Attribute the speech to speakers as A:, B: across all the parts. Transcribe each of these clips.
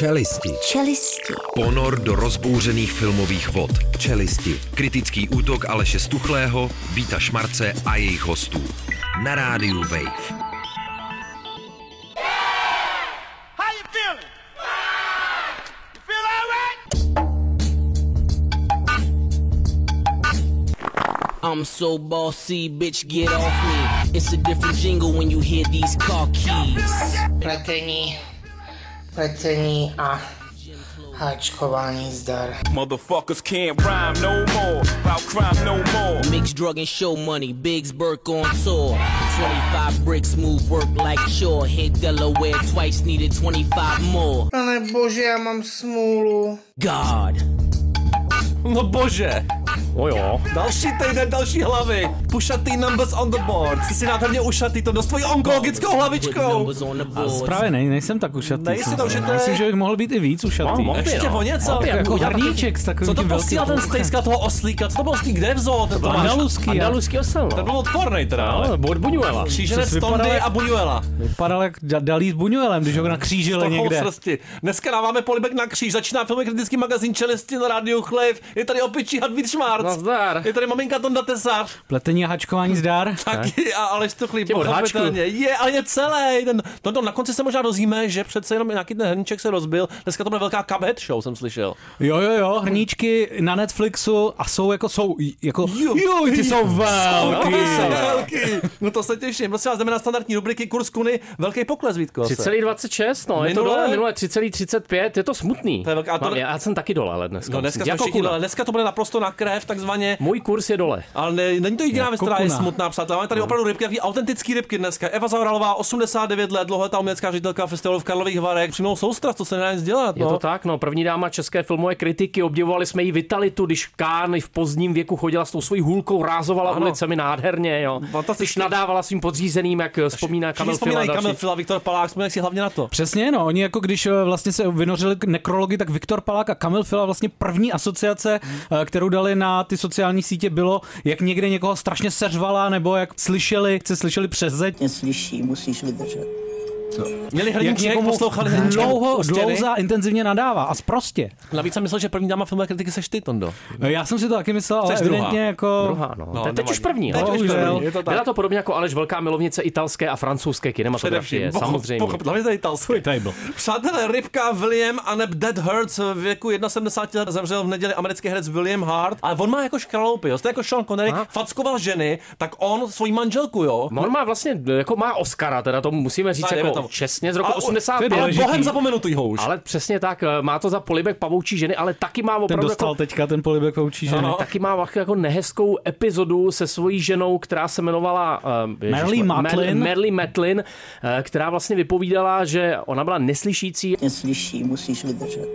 A: Čelisti.
B: Čelisti.
C: Ponor do rozbouřených filmových vod.
A: Čelisti.
C: Kritický útok Aleše Stuchlého, Víta Šmarce a jejich hostů. Na rádiu Wave.
D: How you feeling? You feel all right?
E: I'm so bossy, bitch, get off me. It's a different jingle when you hear these car keys.
F: pletení, pletení a háčkování zdar.
G: Motherfuckers can't rhyme no more. About crime no more.
E: Mix drug and show money, Biggs Burke on tour. 25 bricks move work like sure. Hit Delaware twice, needed 25 more.
F: Pane No bože, já mám smůlu.
E: God,
H: No bože. No jo. Další týden, další hlavy. Pušatý numbers on the board. Jsi si nádherně ušatý, to dost tvojí onkologickou
E: put
H: hlavičkou.
E: numbers on the
I: A
E: board.
I: Právě ne, nejsem tak ušatý.
H: Nejsi to, že to je-
I: Myslím, že bych mohl být i víc ušatý.
H: No, ještě o něco.
I: Opět, jako
H: Udělám takový-
I: hrníček s takovým
H: Co to
I: tím velkým
H: posílal ten
I: ouchem.
H: stejska toho oslíka? Co to byl oslík, kde vzal? To byl
I: Andaluský.
J: Andaluský osel,
H: To byl
J: no.
H: odpornej teda,
J: Ale
H: ale.
J: od Buñuela.
H: Kříženec Tondy a Buñuela.
I: Vypadal jak Da- Dalí s Buňuelem, když ho
H: To
I: nakřížili
H: někde.
I: někde.
H: srsti. Dneska dáváme polibek na kříž, začíná filmy kritický magazín Čelisti na rádiu Chlev, je tady opičí Hadvíř Šmárc,
J: Nazdar.
H: je tady maminka Tonda Tesař,
I: Pletení a hačkování zdar.
H: taky a Aleš to chlíp,
J: Těm od háčku.
H: Je, ale je celý. Ten, to, to, na konci se možná dozvíme, že přece jenom nějaký ten hrníček se rozbil. Dneska to bude velká Cuphead show, jsem slyšel.
I: Jo, jo, jo, hrníčky na Netflixu a jsou jako, jsou, jako,
H: Jo,
I: jo, ty jsou velký.
H: Velký, No, velký. No to se těším. Prosím vás, jdeme na standardní rubriky Kurz Kuny. Velký pokles, Vítko. asi.
J: 3,26, no, je to
H: Minule?
J: dole, minule 3,35, je to smutný.
H: To je velká- a to-
J: Mám- Já jsem taky dole, ale dneska.
H: No dneska, jsme
J: jako
H: všichni,
J: kuna.
H: ale dneska to bude naprosto na krev, takzvaně.
J: Můj kurz je dole. No.
H: Ale ne, není to jediná věc,
I: Jako
H: která je
I: kuna.
H: smutná, přátelé. Máme tady opravdu rybky, takový autentický rybky dneska. Eva Zauralová, 89 let, dlouholetá umělecká ředitelka festivalu v Karlových Varech, přímou soustrast, to se nedá nic dělat.
J: Je
H: no.
J: to tak, no, první dáma české filmové kritiky, obdivovali jsme její vitalitu, když Kán v pozdním věku chodila s tou svojí hůlkou, rázovala
H: Ano.
J: ano. ulicemi nádherně, jo.
H: Fantasticky.
J: Když nadávala svým podřízeným, jak eh, vzpomíná
H: Všichni
J: Kamil Fila.
H: vzpomínají Kamil
J: další.
H: Fila, Viktor Palák, vzpomínají si hlavně na to.
I: Přesně, no, oni jako když eh, vlastně se vynořili k nekrologi, tak Viktor Palák a Kamil Fila vlastně první asociace, eh, kterou dali na ty sociální sítě, bylo, jak někde někoho strašně seřvala, nebo jak slyšeli, jak se slyšeli přes zeď.
K: neslyší, musíš vydržet.
H: Měli
I: Jak
H: hrdinček,
I: někomu
H: poslouchali hrdinček.
I: dlouho,
H: u stěny.
I: dlouza intenzivně nadává a sprostě.
H: Navíc jsem myslel, že první dáma filmové kritiky seš ty, Tondo.
I: Eh, Já jsem si to taky myslel, ale
H: Jsi druhá.
I: evidentně jako...
J: Druhá, no.
H: No,
J: no teď
H: nevadí.
J: už první,
H: Teď
J: no.
H: už
I: Bohužel.
H: první, je to tak.
J: Byla to podobně jako Aleš Velká milovnice italské a francouzské kinematografie,
H: Především,
J: samozřejmě.
H: Pochop, hlavně tady italsky. Přátelé, rybka William Aneb Dead Hurts v věku 71 let zemřel v neděli americký herec William Hart, ale on má jako škraloupy, jo. Stejně jako Sean Connery
J: Aha.
H: fackoval ženy, tak on svoji manželku, jo.
J: On má vlastně, jako má Oscara, teda to musíme říct
H: Tak jdeme
J: jako
H: tomu.
J: čestně z roku
H: Ale-
I: to
J: 85.
I: je
H: Ale
I: důležitý.
H: bohem zapomenutýho už.
J: Ale přesně tak, eh, má to za polibek pavoučí ženy, ale taky má
I: Ten
J: opravdu
I: dostal
J: jako,
I: teďka ten polibek voučí ženy.
H: Ano.
J: taky má vlastně jako nehezkou epizodu se svojí ženou, která se jmenovala eh, ježiš,
I: Marilyn
J: Mar-
I: Matlin.
J: Marilyn Matlin, eh, která vlastně vypovídala, že ona byla neslyšící
K: Neslyší, musíš vydržet.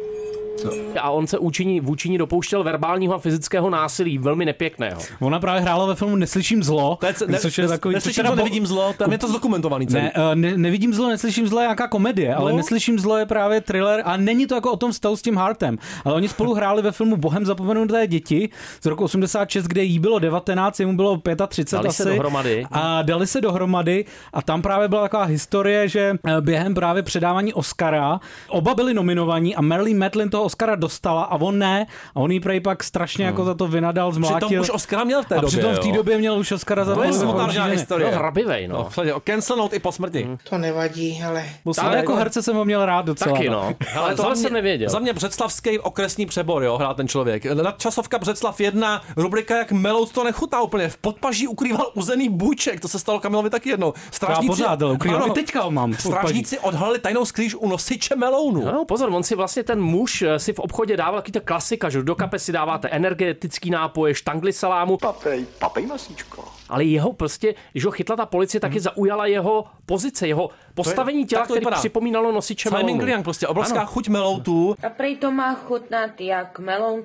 J: a on se účinní, vůči ní dopouštěl verbálního a fyzického násilí, velmi nepěkného.
I: Ona právě hrála ve filmu Neslyším zlo,
H: To je, ne,
I: což je takový...
H: neslyším,
I: teda
H: co
I: bo-
H: nevidím zlo, tam je to zdokumentovaný celý.
I: Ne, eh, ne, nevidím zlo, neslyším zlo je nějaká komedie, ale
H: No.
I: neslyším zlo je právě thriller a není to jako o tom vztahu s tím Hartem, ale oni spolu hráli ve filmu Bohem zapomenuté děti z roku 86, kde jí bylo 19, jemu bylo 35
J: Dali
I: asi.
J: se dohromady.
I: A dali se dohromady a tam právě byla taková historie, že eh, během právě předávání Oscara oba byli nominovaní a Marilyn Matlin toho Oscara dostala a on ne a on jí prej pak strašně jako za to vynadal, zmlátil.
H: Hmm. Přitom už Oscara měl v té
I: a
H: době,
I: přitom v té
H: jo.
I: době měl už Oscara za
H: To je
I: Bohem
H: smutná
I: zapomenuté děti.
J: Byl
H: historie.
J: hrabivej, no.
H: No, no cancelnout i po smrti.
I: Mhm.
H: Hmm.
F: To nevadí, ale
I: Ale jako herce jsem ho měl rád docela.
J: Taky, no. Ale tohle jsem nevěděl.
H: Za mě Břeclavský okresní přebor, jo, hrál ten člověk. Nadčasovka Břeclav 1, rubrika jak melout to nechutná úplně. V podpaží ukrýval uzený bůček, to se stalo Kamilovi taky jednou.
I: Já pořád, ale ukrývám.
H: Ano,
I: I teďka ho mám v podpaží.
H: Strážníci odhalili tajnou skrýž u nosiče melounu.
J: No, pozor, on si vlastně ten muž eh, si v obchodě dával taky ta klasika, že do kapesy dáváte energetický nápoje, štangli salámu. Papej, papej masíčko. Ale jeho prostě, když ho chytla ta policie, taky zaujala jeho pozice, jeho postavení těla,
H: Mhm. tak to
J: které
H: vypadá.
J: připomínalo nosiče
H: Flaming
J: melonu.
H: Liang, prostě obrovská
J: Ano.
H: chuť meloutu.
K: A prej to má chutnat jak melon,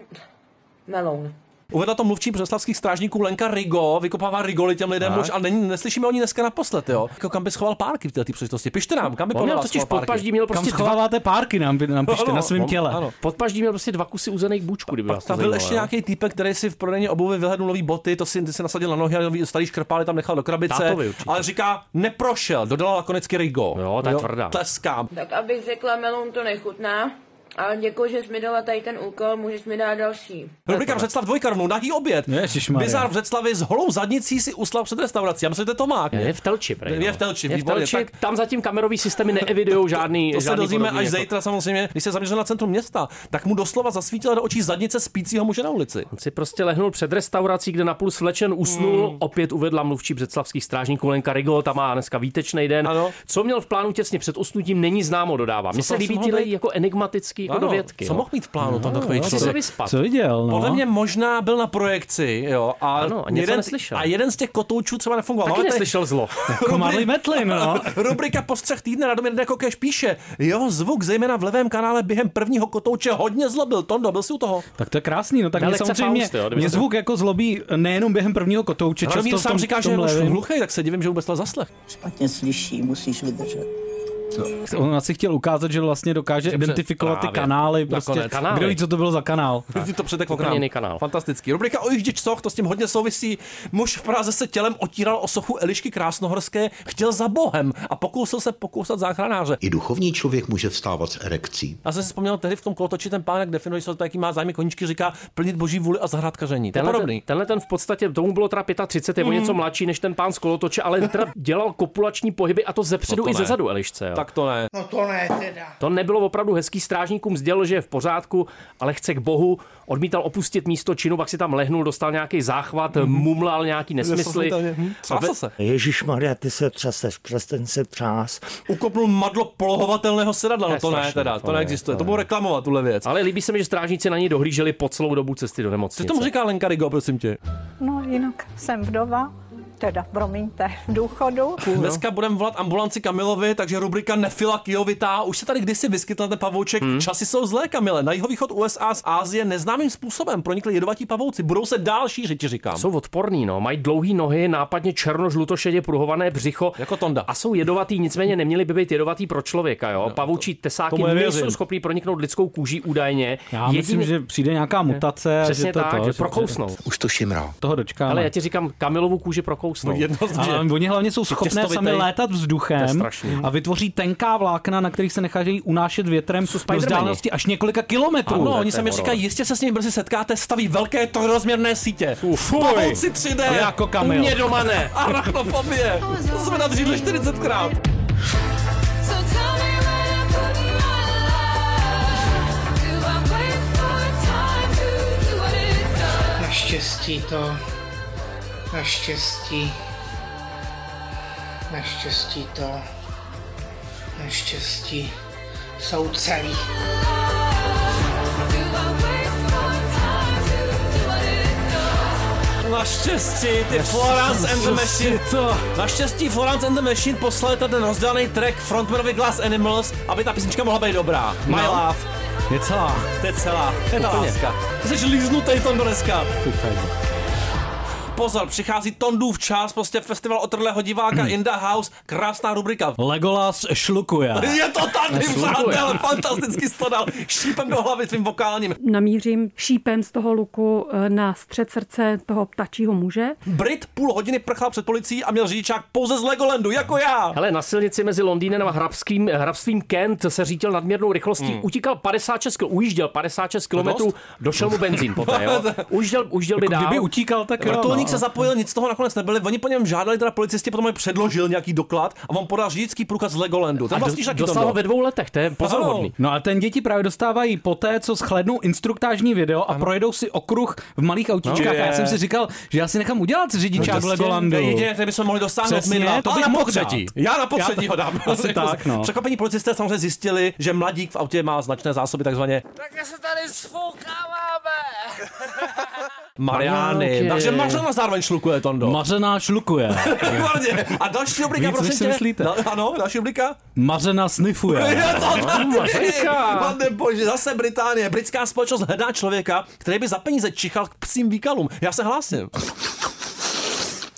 K: melon.
H: Uvedla to mluvčí břeslavských strážníků Lenka Rigo, vykopává Rigoli těm lidem už a není, neslyšíme o ní dneska naposled, jo. Jako kam by schoval párky v této příležitosti? Pište nám, kam by
J: On
H: podle
J: měl
H: vás
J: totiž
H: schoval párky?
J: podpaždí, měl
I: Kam
J: prostě dva,
I: schováváte párky, nám, nám pište
H: Ano,
I: na svém
H: on-
I: těle.
H: ano.
J: podpaždí měl prostě dva kusy uzených bůčků, kdyby vás to
H: Tam byl
J: zajímalo, no.
H: ještě
J: jo.
H: nějaký týpek, který si v prodejně obuvi vyhledl nový boty, to si, ty si nasadil na nohy a nový starý škrpály tam nechal do krabice.
J: Tátovi určitě.
H: Ale říká, neprošel, dodala lakonicky Rigo.
J: Jo, ta je tvrdá.
H: Tleskám.
K: Tak abych řekla, melon to nechutná. Ale děkuji, že jsi mi dala tady ten úkol, můžeš mi dát další.
H: Rubrika Břeclav dvojka rovnou, nahý oběd.
I: Ježišmarja.
H: Bizar v Břeclavi s holou zadnicí si uslal před restaurací. Já myslím, že to je Tomák.
J: Je v Telči, prej, no.
H: Je v Telči,
J: je v
H: výborně,
J: Telči
H: tak-
J: tam zatím kamerový systémy neevidují žádný
H: To se
J: žádný
H: dozvíme
J: podobný
H: až
J: jako-
H: zítra samozřejmě, když se zaměřil na centrum města, tak mu doslova zasvítila do očí zadnice spícího muže na ulici.
J: On si prostě lehnul před restaurací, kde napůl svlečen
H: Hmm.
J: usnul, opět uvedla mluvčí břeclavských strážníků Lenka Rigol, ta má dneska výtečný den.
H: Ano.
J: Co měl v plánu těsně před usnutím, není známo, dodává. Mně se
H: to asi
J: líbí
H: mohlo
J: tyhle
H: být?
J: jako enigmatický jako
H: Ano,
J: dovědky.
H: co
J: jo. No,
H: mohl mít v plánu tam takový
J: Chci se
H: člověk?
J: vyspat.
I: Co viděl, no?
H: Podle mě možná byl na projekci, jo, a,
J: Ano, a něco
H: jeden,
J: neslyšel.
H: a jeden z těch kotoučů třeba nefungoval.
J: Taky
H: Máme tady-
J: neslyšel zlo.
I: Komarlý metlin, no.
H: Rubrika po střech týdne Radomír Nekokeš jako píše, jeho zvuk zejména v levém kanále během prvního kotouče hodně zlobil. Tondo, byl jsi u toho?
I: Tak to je krásný, no tak mě
J: Dalekce
I: samozřejmě,
J: Faust, jo, kdybyste- No,
I: mě zvuk jako zlobí nejenom během prvního kotouče,
H: Radomír
I: často v
H: sám
I: tom,
H: říká,
I: v
H: že
I: tom
H: je už
I: levém.
H: hluchý, tak se divím, že vůbec to zaslech.
A: Špatně slyší, musíš vydržet.
I: On asi chtěl ukázat, že vlastně dokáže identifikovat ty
J: Právě.
I: kanály, prostě,
J: Nakonec. Kanály.
I: kdo ví, co to bylo za kanál.
H: Ty to přeteklo k
J: Úplně
H: nám.
J: jiný kanál.
H: Fantastický. Rubrika o jíždič soch, to s tím hodně souvisí. Muž v Praze se tělem otíral o sochu Elišky Krásnohorské, chtěl za Bohem a pokusil se pokousat záchranáře.
A: I duchovní člověk může vstávat s erekcí.
H: Já jsem si vzpomněl tehdy v tom kolotoči, ten pánek definuje se, jaký má zájmy koníčky, říká plnit boží vůli a zahrádkaření. To je
J: Tenhle,
H: podobný. Mhm.
J: ten, tenhle ten v podstatě, tomu bylo teda 35, je o něco mladší než ten pán z kolotoče, ale teda dělal kopulační pohyby a to zepředu
H: No to
J: i
H: ne.
J: ze zadu Elišce. Jo.
H: Tak to ne.
F: No to ne teda.
J: To nebylo opravdu hezký, strážníkům sdělil, že je v pořádku, ale chce k bohu, odmítal opustit místo činu, pak si tam lehnul, dostal nějaký záchvat, mm-hmm. mumlal nějaký nesmysly.
H: Třásl Hm, se.
A: Ježíš Maria, ty se třeseš, přestaň se třás.
H: Ukopnul madlo polohovatelného sedadla. No
J: je
H: to ne,
J: strašné,
H: teda,
J: to
H: to
J: ne,
H: neexistuje.
J: to
H: To budou
J: ne.
H: reklamovat tuhle věc.
J: Ale líbí se mi, že strážníci na něj dohlíželi po celou dobu cesty do
H: Co
J: nemocnice.
H: tomu říká Lenka Rigo, prosím tě?
A: No jinak jsem vdova, teda promiňte, v důchodu.
J: no.
H: Dneska budeme volat ambulanci Kamilovi, takže rubrika Nefila Kijovitá. Už se tady kdysi vyskytl ten pavouček. Hmm. Časy jsou zlé, Kamile. Na jihovýchod USA z Ázie neznámým způsobem pronikli jedovatí pavouci. Budou se dál šířit, ti říkám.
J: Jsou odporný, no. Mají dlouhé nohy, nápadně černo-žlutošedě pruhované břicho.
H: Jako Tonda.
J: A jsou jedovatý, nicméně neměli by být jedovatý pro člověka, jo. No, Pavoučí tesáky
H: tomu
J: nejsou
H: nevěřím.
J: schopní proniknout lidskou kůží údajně.
I: Já myslím, že přijde nějaká mutace. a
J: Přesně
I: že to
J: tak,
I: to,
J: že
I: že-
J: prokousnou.
A: Už to šimrá.
I: Toho dočkáme.
J: Ale já ti říkám, Kamilovu kůži prokousnou.
H: Jednoznačně.
I: Ale oni hlavně jsou schopné
H: těstovitej-
I: sami létat vzduchem
J: strašný.
I: a vytvoří tenká vlákna, na kterých se nechážejí unášet větrem do
J: Spidermani.
I: vzdálenosti až několika kilometrů.
H: No,
J: to
H: oni
J: je
H: sami
J: horor.
H: říkají, jistě se s nimi brzy setkáte, staví velké trojrozměrné sítě.
J: fuj.
H: Pavouci 3D.
I: Jako Kamil.
H: U mě doma ne. Arachnofobie. To jsme nadřídli 40krát.
F: Naštěstí to. Naštěstí. Naštěstí to. Naštěstí jsou celý.
H: Naštěstí, ty Florence and the Machine. To. Naštěstí Florence and the Machine poslali tady ten rozdělaný track frontmanovi Glass Animals, aby ta písnička mohla být dobrá. My
J: No.
H: love,
I: Je celá.
H: to je celá, to je ta
J: Úplně.
H: láska. Ty jsi líznutej Tondo dneska. Pozor, přichází Tondův čas, prostě festival otrlého diváka in the house, krásná rubrika.
I: Legolas šlukuje.
H: Je to tady,
J: Slukuje.
H: přátel, fantasticky stonal, šípem do hlavy svým vokálním.
A: Namířím šípem z toho luku eh, na střed srdce toho ptačího muže.
H: Brit půl hodiny prchal před policií a měl řidičák pouze z Legolandu, jako já.
J: Hele, na silnici mezi Londýnem a hrabským, hrabstvím Kent se řítil nadměrnou rychlostí, hmm. utíkal 56 km, ujížděl 56 km,
H: dost? Jako
J: došel mu benzín poté, jo. Ujížděl, ujížděl by dál.
I: Kdyby utíkal, tak jo,
H: Vrtulník
I: no.
H: se zapojil, nic z toho nakonec nebyli. Oni po něm žádali teda policisty, potom je předložil nějaký doklad a on podal řidičský průkaz z Legolandu. Ten
J: a
H: vlastníš
J: do,
H: taky
J: dostal ho
H: to
J: ve dvou letech, to je pozoruhodný.
I: No a ten děti právě dostávají po té, co schlednou instruktážní video a projedou si okruh v malých autíčkách.
H: No.
I: A já jsem si říkal, že já si nechám udělat řidičák v
H: To
I: Legolandu.
H: je jediné, které bychom mohli dosáhnout
I: Přesně,
H: my dva.
I: to
H: Ale
I: bych
H: na
I: mohl
H: potřetí.
I: dát.
H: Já na potřetí
I: Já
H: ho
I: to-
H: dám.
I: asi tak, no.
H: Překvapení policisté samozřejmě zjistili, že mladík v autě má značné zásoby takzvaně
D: Tak se tady sfoukáváme.
H: Mariány.
J: Mariánky.
H: Takže Mařena zároveň šlukuje Tondo.
I: Mařená šlukuje.
H: Výborně. A další rubrika,
I: Víc, než
H: prosím
I: si myslíte.
H: No, ano, další rubrika.
I: Mařena snifuje.
H: Je to tady!
J: Mařenka.
H: Pane bože, zase Británie. Britská společnost hledá člověka, který by za peníze čichal k psím výkalům. Já se hlásím.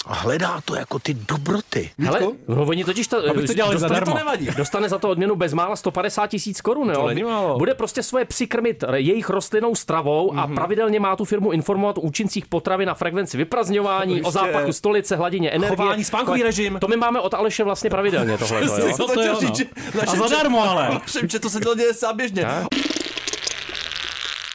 A: A hledá to jako ty dobroty.
J: Hele, no, oni totiž ta,
I: Abych to dělali
J: dostane,
I: zadarmo.
H: To nevadí.
J: dostane za to odměnu bezmála 150 tisíc korun. jo.
H: není málo. Mhm.
J: Bude prostě svoje psy krmit jejich rostlinnou stravou a pravidelně má tu firmu informovat o účincích potravy na frekvenci vyprazňování, o zápachu stolice, hladině energie.
H: prostě Chování, spánkový
J: To-
H: režim.
J: To my máme od Aleše vlastně pravidelně tohle.
H: Přesně,
J: jo.
H: jsem
I: To
H: chtěl
I: jo, no.
H: říct, že-
I: A zadarmo ale.
H: Všem, že to se dělo děje sám běžně.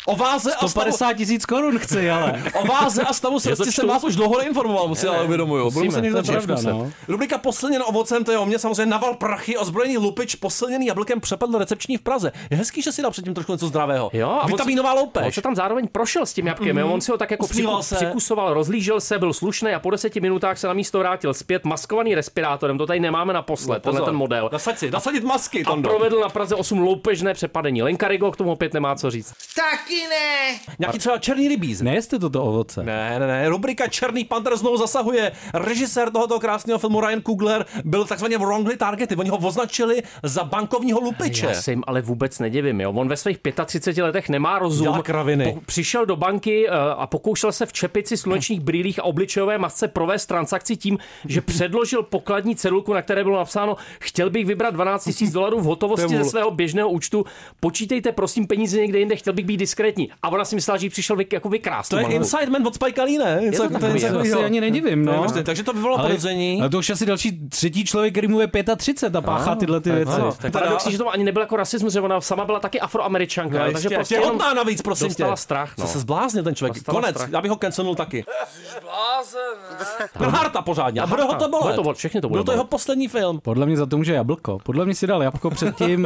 H: O váze a stavu,
I: 150 tisíc korun chci, ale.
H: o váze a stavu srsti jsem
J: čtu.
H: vás už dlouho neinformoval, musím ale uvědomuju. Budu
J: musíme,
H: muset někde
I: to je
H: pravda,
I: pravda,
H: no.
I: no.
H: Rubrika Posilněn ovocem, to je o mě samozřejmě naval prachy, ozbrojený lupič, posilněný jablkem přepadl recepční v Praze. Je hezký, že si dal předtím trošku něco zdravého.
J: Jo, a on
H: Vitaminová
J: se-
H: loupež.
J: On se tam zároveň prošel s tím jabkem, mm. on si ho tak jako
H: Mhm. Usmíval
J: přiku,
H: se.
J: přikusoval, rozlížel se, byl slušný a po deseti minutách se na místo vrátil zpět, maskovaný respirátorem, to tady nemáme naposled, no, tenhle
H: Pozor,
J: ten model.
H: Nasaď si, nasadit masky,
J: A
H: Tondo.
J: provedl na Praze 8 loupežné přepadení. Lenka Rigo k tomu opět nemá co říct.
F: Taky ne!
H: Nějaký třeba černý rybíz.
I: Nejeste toto ovoce.
H: Ne, ne, ne, rubrika Černý panter znovu zasahuje. Režisér tohoto krásného filmu Ryan Kugler byl takzvaně wrongly targeted. Oni ho označili za bankovního lupiče.
J: Já se jim ale vůbec nedivím, jo. On ve svých 35 letech nemá rozum.
H: Dělá kraviny.
J: přišel do banky eh, a pokoušel se v čepici slunečních brýlích a obličejové masce provést transakci tím, že předložil pokladní cedulku, na které bylo napsáno, chtěl bych vybrat 12 000 dolarů v hotovosti ze svého běžného účtu, počítejte prosím peníze někde jinde, chtěl bych být diskrétní. A ona si myslela, že jí přišel vy, jako vykrást.
H: To
J: tu
H: je
J: banku.
H: Inside Man od Spike Lee, ne? Něco- jako-
J: to takový, jako
H: něco
J: jo.
I: To
H: takovýho.
I: se ani nedivím,
H: To je
I: no.
H: možné. Takže to vyvolalo podezření.
I: ale to už asi další třetí člověk, který mu je 35 a páchá tyhle ty věci.
H: ano.
J: Tak
H: Teda-
J: paradoxní, že to ani nebyl jako rasismus, že ona sama byla taky afroameričanka,
H: No,
J: jo, takže
H: jistě.
J: prostě jenom
H: Těhotná navíc, prosím tě.
J: dostala strach. No.
H: Se zbláznil ten člověk.
J: Dostala
H: Konec,
J: strach.
H: já bych ho cancelnul taky. Byl Harta pořádně. A bude ho to
J: Harta.
H: bolet.
J: Bude to bolet, všechny to bude
H: Byl to jeho
J: bolet.
H: poslední film.
I: Podle mě za to může jablko. Podle mě si dal jablko předtím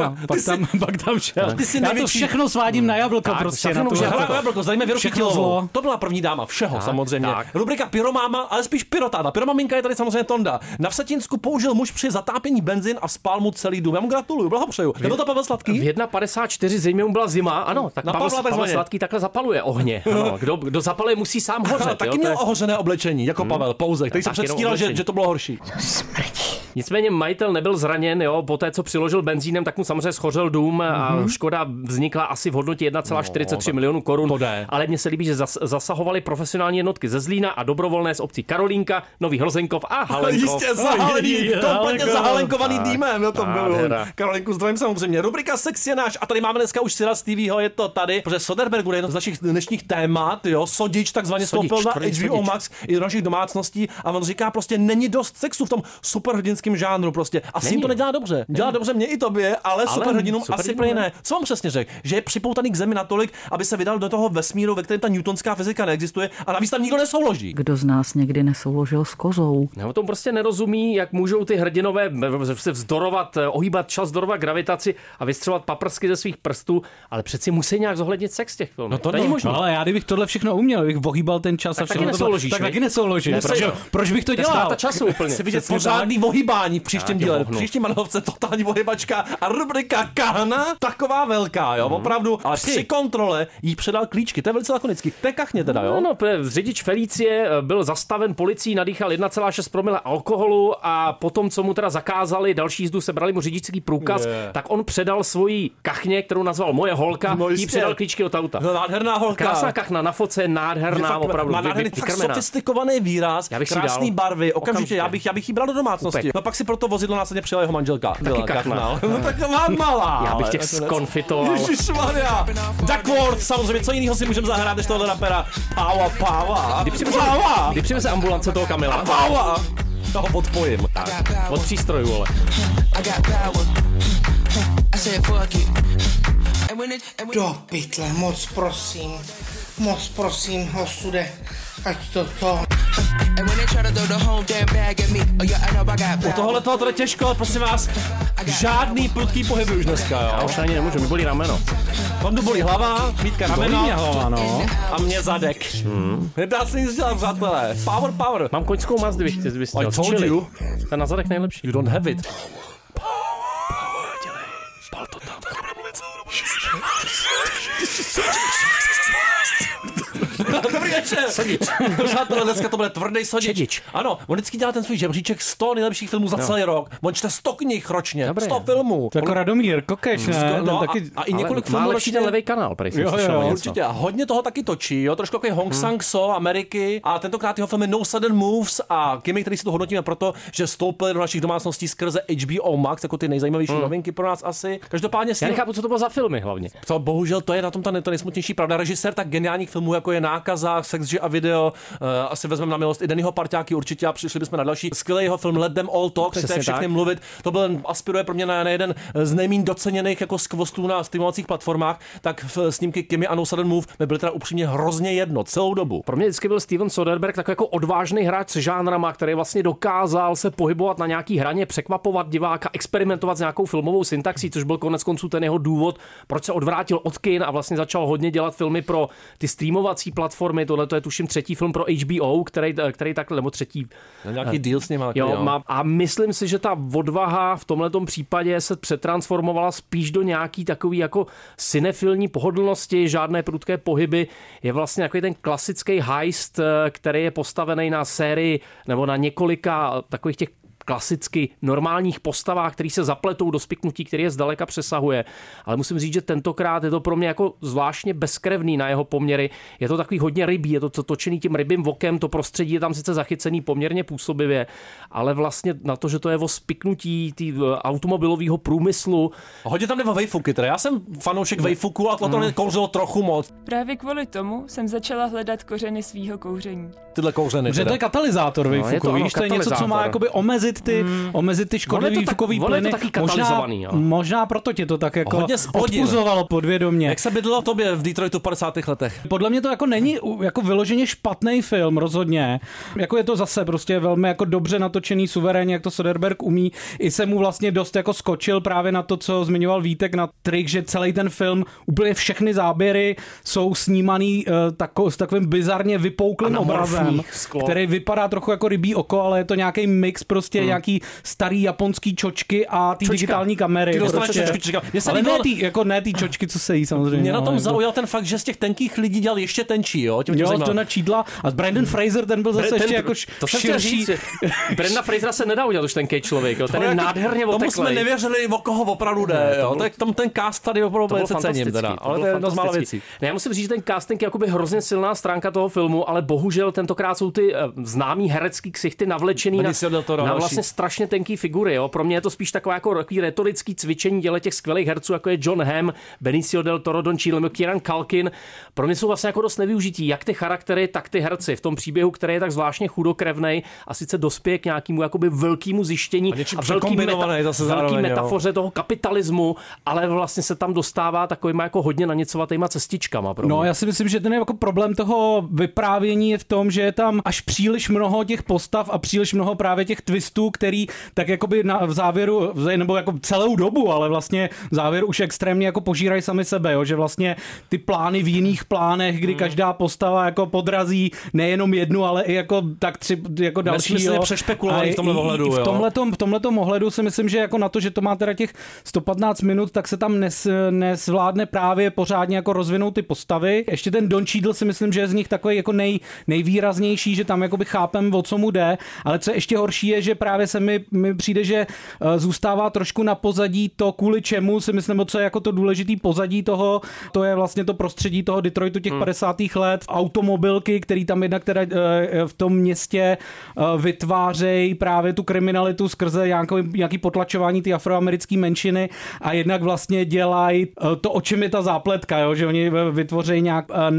I: a pak tam, pak tam šel.
H: Ty jsi
I: Já to
H: největší-
I: všechno svádím na jablko prostě.
J: všechno
I: Na tu
J: může-
I: jablko.
H: Hra jablko, zdajíme Věru
I: Všechno
H: Chytilovou.
I: zlo.
H: To byla první dáma všeho tak, samozřejmě.
J: jako tak.
H: Rubrika Pyromáma, ale spíš Pyrotáda. Pyromaminka je tady samozřejmě Tonda. Na Vsetinsku použil muž při zatápění benzin a spál mu celý dům. Já mu gratuluju, blahopřeju. Nebyl to Pavel Sladký?
J: V 1.54 zimě mu byla zima, ano, tak
H: Na
J: Pavel,
H: Pavla
J: Pavel
H: takzvaně.
J: Sladký takhle zapaluje ohně. Ano, kdo, kdo zapaluje, musí sám hořet.
H: Aha,
J: jo,
H: taky
J: to
H: měl
J: je-
H: ohořené oblečení, jako Pavel, pouze, který se
J: Hmm. Tak jenom
H: předstíral, že,
J: oblečení.
H: že to bylo horší.
J: Nicméně majitel nebyl zraněn, jo, po té, co přiložil benzínem, tak mu samozřejmě schořel dům
H: Mhm.
J: a škoda vznikla asi v hodnotě 1,43 milionů korun.
H: No, to jde.
J: Ale mně se líbí, že zas, zasahovaly profesionální jednotky ze Zlína a dobrovolné z obcí Karolínka, Nový Hrozenkov a Halenkov.
H: Jistě, zahalený,
J: No, Je,
H: kompletně
J: Halenkov.
H: zahalenkovaný týmem, jo, to bylo.
J: nádhera.
H: Karolinku, zdravím samozřejmě. Rubrika Sex je náš a tady máme dneska už Sira Stevieho, je to tady, protože Soderberg bude jedno z našich dnešních témat, jo, sodič takzvaně
J: Sodič,
H: stoupil na
J: tvrdý
H: HBO
J: sodič.
H: Max i do našich domácností a on říká prostě není dost sexu v tom superhrdinském žánru prostě. Asi jim to nedělá dobře. Dělá dobře mě i tobě, ale,
J: Ale
H: superhrdinům asi
J: superhrdinům
H: plně
J: ne.
H: ne. Co vám přesně řekl? Že je připoutaný k zemi natolik, aby se vydal do toho vesmíru, ve kterém ta newtonská fyzika neexistuje a navíc tam nikdo nesouloží.
B: Kdo z nás někdy nesouložil s kozou?
J: Nebo tomu prostě nerozumí, jak můžou ty hrdinové se vzdorovat, eh, ohýbat čas, vzdorovat gravitaci a vystřelovat paprsky ze svých prstů, ale přeci musí nějak zohlednit sex v těch filmů. No
H: to
J: není
H: no.
J: možné.
I: No ale já kdybych tohle všechno uměl, kdybych ohýbal ten čas a
J: taky
I: všechno to
J: nesouložíš,
I: tak
J: viď?
I: taky nesouložím.
J: Ne,
I: proč,
J: protože-
I: proč bych to
J: To je ztráta
I: dělal?
J: času úplně.
H: No, Chci vidět
J: Přesně
H: pořádný vohybání v příštím
J: Já tě
H: díle. V
J: vohnu.
H: příštím manovce totální vohybačka a rubrika Kahna taková velká,
J: Mhm.
H: jo, opravdu. Ale při kontrole jí předal klíčky, to je velice lakonický. To je kachně teda,
J: No,
H: jo.
J: no, pre- řidič Felicie eh, byl zastaven policií, nadýchal 1,6 promile alkoholu a potom, co mu teda zakázali další jízdu, sebrali mu řidičský průkaz,
H: Je.
J: tak on předal svoji kachně, kterou nazval Moje holka,
H: No,
J: jí
H: jistě.
J: předal klíčky od auta.
H: No, nádherná holka.
J: Krásná kachna na foce,
H: Je
J: nádherná,
H: fakt-
J: opravdu.
H: Má
J: vy- vy-
H: nádherný, fakt
J: vykrmená.
H: sofistikovaný výraz,
J: Já bych si
H: krásný
J: dal.
H: barvy, okamžitě,
J: Okamžitě.
H: já bych, já bych jí bral do domácnosti.
J: Kupek.
H: No pak si proto vozidlo následně přijela jeho manželka. Taky
J: kachna.
H: No taková malá.
J: Já bych
H: ale
J: těch
H: nakonec.
J: skonfitoval.
H: Ježišmarja. Duckworth, samozřejmě, co jiného si můžeme zahrát, než tohle rapera. Páva, páva. Páva.
J: Kdy přiveze ambulance toho Kamila?
H: Páva. Toho odpojím. Tak.
J: Od přístrojů, ale.
F: Do pytle, moc prosím, moc prosím, osude, ať to to.
H: U tohohle toho to je těžko, ale prosím vás, žádný prudký pohyb už dneska,
J: Já
H: jo.
J: už ani nemůžu, mi bolí rameno.
H: Hondu bolí hlava, Vítka rameno
I: Mě hlava, no.
H: a mě zadek.
J: Hmm.
H: Nedá se nic dělat, přátelé. Power, power.
J: Mám koňskou mazdu, bych chtěl zbystil.
H: I told you.
J: Ten na zadek nejlepší.
H: You don't have it. Dobrý večer. Sodič. Přátelé, dneska to bude tvrdý sodič. No.
J: Čedič.
H: Ano, on vždycky dělá ten svůj žebříček 100 nejlepších filmů za celý rok. On čte 100 knih ročně.
J: Dobré.
H: 100 filmů.
I: To jako Radomír, kokeš, ne? Ten
H: no,
I: taky...
H: a, a, i několik
J: má
H: filmů
J: lepší
H: ročně.
J: ten levý kanál, prej jsem
I: Jo, jo,
J: slyšel něco. Hmm.
H: Určitě, a hodně toho taky točí, jo, trošku jako Hong Sang So, Ameriky, a tentokrát jeho filmy No Sudden Moves a Kimi, který si to hodnotíme proto, že vstoupili do našich domácností skrze HBO Max, jako ty nejzajímavější
J: Hmm.
H: novinky pro nás asi. Každopádně
J: Já
H: si
J: nechápu, co to bylo za filmy hlavně.
H: to bohužel to je na tom ta ne- to nejsmutnější pravda. Režisér tak geniálních filmů, jako je Ná zákazách, sex, že a video. Uh, asi vezmeme na milost i Dennyho parťáky určitě a přišli bychom na další. Skvělý jeho film Let Them All Talk,
J: Přesně
H: to je všechny
J: tak.
H: mluvit. To byl aspiruje pro mě na, na jeden z nejméně doceněných jako skvostů na streamovacích platformách, tak v snímky Kimmy a No Sudden Move mi byly teda upřímně hrozně jedno celou dobu.
J: Pro mě vždycky byl Steven Soderbergh takový jako odvážný hráč s žánrama, který vlastně dokázal se pohybovat na nějaký hraně, překvapovat diváka, experimentovat s nějakou filmovou syntaxí, což byl konec konců ten jeho důvod, proč se odvrátil od kin a vlastně začal hodně dělat filmy pro ty streamovací platformy. Tohle to je tuším třetí film pro HBO, který, který takhle, nebo třetí.
H: No, Nějaký
J: eh,
H: deal s ním.
J: Jo, Má, a myslím si, že ta odvaha v tomhle případě se přetransformovala spíš do nějaký takový jako cinefilní pohodlnosti, žádné prudké pohyby. Je vlastně takový ten klasický heist, eh, který je postavený na sérii nebo na několika eh, takových těch klasicky normálních postavách, který se zapletou do spiknutí, který je zdaleka přesahuje. Ale musím říct, že tentokrát je to pro mě jako zvláštně bezkrevný na jeho poměry. Je to takový hodně rybí, je to to- točený tím rybím vokem, to prostředí je tam sice zachycený poměrně působivě, ale vlastně na to, že to je o spiknutí tý, eh, automobilového průmyslu.
H: Hodně tam jde o vejfuky, teda já jsem fanoušek vejfuku a
I: Mm.
H: to
J: Hmm.
H: hmm. kouřilo trochu moc.
L: Právě kvůli tomu jsem začala hledat kořeny svýho kouření.
H: Tyhle kouřeny.
I: Protože to je katalizátor
H: No, je
I: výfuku,
H: to, ano,
I: víš, to je něco, co má
H: katalyzátor. Hmm.
I: jakoby omezit ty, omezit ty škodlivé
H: Ono je to tak-
I: výfukový
H: ono je to
I: plyny.
H: taky
I: možná,
H: katalyzovaný, jo.
I: možná proto tě to tak jako
H: Hodně spodil.
I: odpuzovalo podvědomě.
H: Jak se bydlelo tobě v Detroitu v 50. letech?
I: Podle mě to jako není u- jako vyloženě špatný film, rozhodně. Jako je to zase prostě velmi jako dobře natočený, suverénně, jak to Soderberg umí. I se mu vlastně dost jako skočil právě na to, co zmiňoval Vítek, na trik, že celý ten film, úplně všechny záběry jsou snímaný uh, tako, s takovým bizarně vypouklým
J: Anamorfní
I: obrazem,
J: sklo.
I: který vypadá trochu jako rybí oko, ale je to nějaký mix prostě
J: Hmm.
I: nějaký starý japonský čočky a ty
H: Čočka.
I: digitální kamery.
H: Ty dostaneš
I: prostě.
H: čočku, čočka. Mně se
I: Ale
H: líbilo-
I: ne ty, jako ne ty čočky, co se jí samozřejmě.
H: Mě na
I: no,
H: tom
I: jako-
H: zaujal ten fakt, že z těch tenkých lidí dělal ještě tenčí, jo? Tím tě
I: Jo,
H: zajímalo.
I: to na čídla. A Brandon Fraser, ten byl zase
J: Hmm. Ten-
I: ještě jako š-
J: to jsem chtěl
I: širší.
J: říct, že Brenda Frasera se nedá udělat už ten člověk, jo. ten
H: To
J: je
H: jako-
J: nádherně
H: Tomu
J: oteklej.
H: jsme nevěřili, o koho opravdu jde.
J: Ne, to
H: jo.
J: bylo-
H: Tak tam ten cast tady opravdu
J: To bylo
H: velice cením.
J: fantastický,
H: Teda. ale to
J: bylo
H: je jedna z mála
J: fantastický.
H: věcí.
J: Ne, já musím říct, že ten casting je jakoby hrozně silná stránka toho filmu, ale bohužel tentokrát jsou ty eh, známí herecký ksichty navlečený na,
H: Benicio del Toro,
J: na
H: další.
J: vlastně strašně tenký figury. Jo. Pro mě je to spíš taková jako takový retorický cvičení děle těch skvělých herců, jako je John Hamm, Benicio del Toro, Don Cheadle, Kieran Kalkin. Pro mě jsou vlastně jako dost nevyužití, jak ty charaktery, tak ty herci v tom příběhu, který je tak zvláštně chudokrevný a sice dospěje k nějakému jakoby velkému zjištění
H: něčím
J: a velký,
H: překombinovaný zase
J: velký
H: zároveň, jo.
J: metafor podpoře toho kapitalismu, ale vlastně se tam dostává takovýma jako hodně nanicovatýma cestičkama. Pro mě.
I: No, já si myslím, že ten jako problém toho vyprávění je v tom, že je tam až příliš mnoho těch postav a příliš mnoho právě těch twistů, který tak jakoby na, v závěru, v- nebo jako celou dobu, ale vlastně v závěru už extrémně jako požírají sami sebe, jo? že vlastně ty plány v jiných plánech,
J: Hmm.
I: kdy každá postava jako podrazí nejenom jednu, ale i jako tak tři, jako další.
H: Nesmyslně
I: jo.
H: přešpekulovaný
I: A
H: v tomhle
I: i- i-
H: ohledu,
I: V
H: jo.
I: tomhle tom, v tomhletom ohledu si myslím, že jako na to, že to má teda těch 115 minut, tak se tam nes, nesvládne právě pořádně jako rozvinout ty postavy. Ještě ten Don Cheadle si myslím, že je z nich takový jako nej, nejvýraznější, že tam jakoby chápem, o co mu jde, ale co je ještě horší je, že právě se mi, mi přijde, že eh, zůstává trošku na pozadí to, kvůli čemu si myslím, nebo co je jako to důležitý pozadí toho, to je vlastně to prostředí toho Detroitu
H: Hmm.
I: těch 50. let, automobilky, který tam jednak teda eh, v tom městě eh, vytvářejí právě tu kriminalitu skrze nějakou, nějaký potlačování ty afroamerické menšiny a jednak vlastně dělají eh, to, o čem je ta zápletka, jo? že oni eh, vytvoří nějak eh,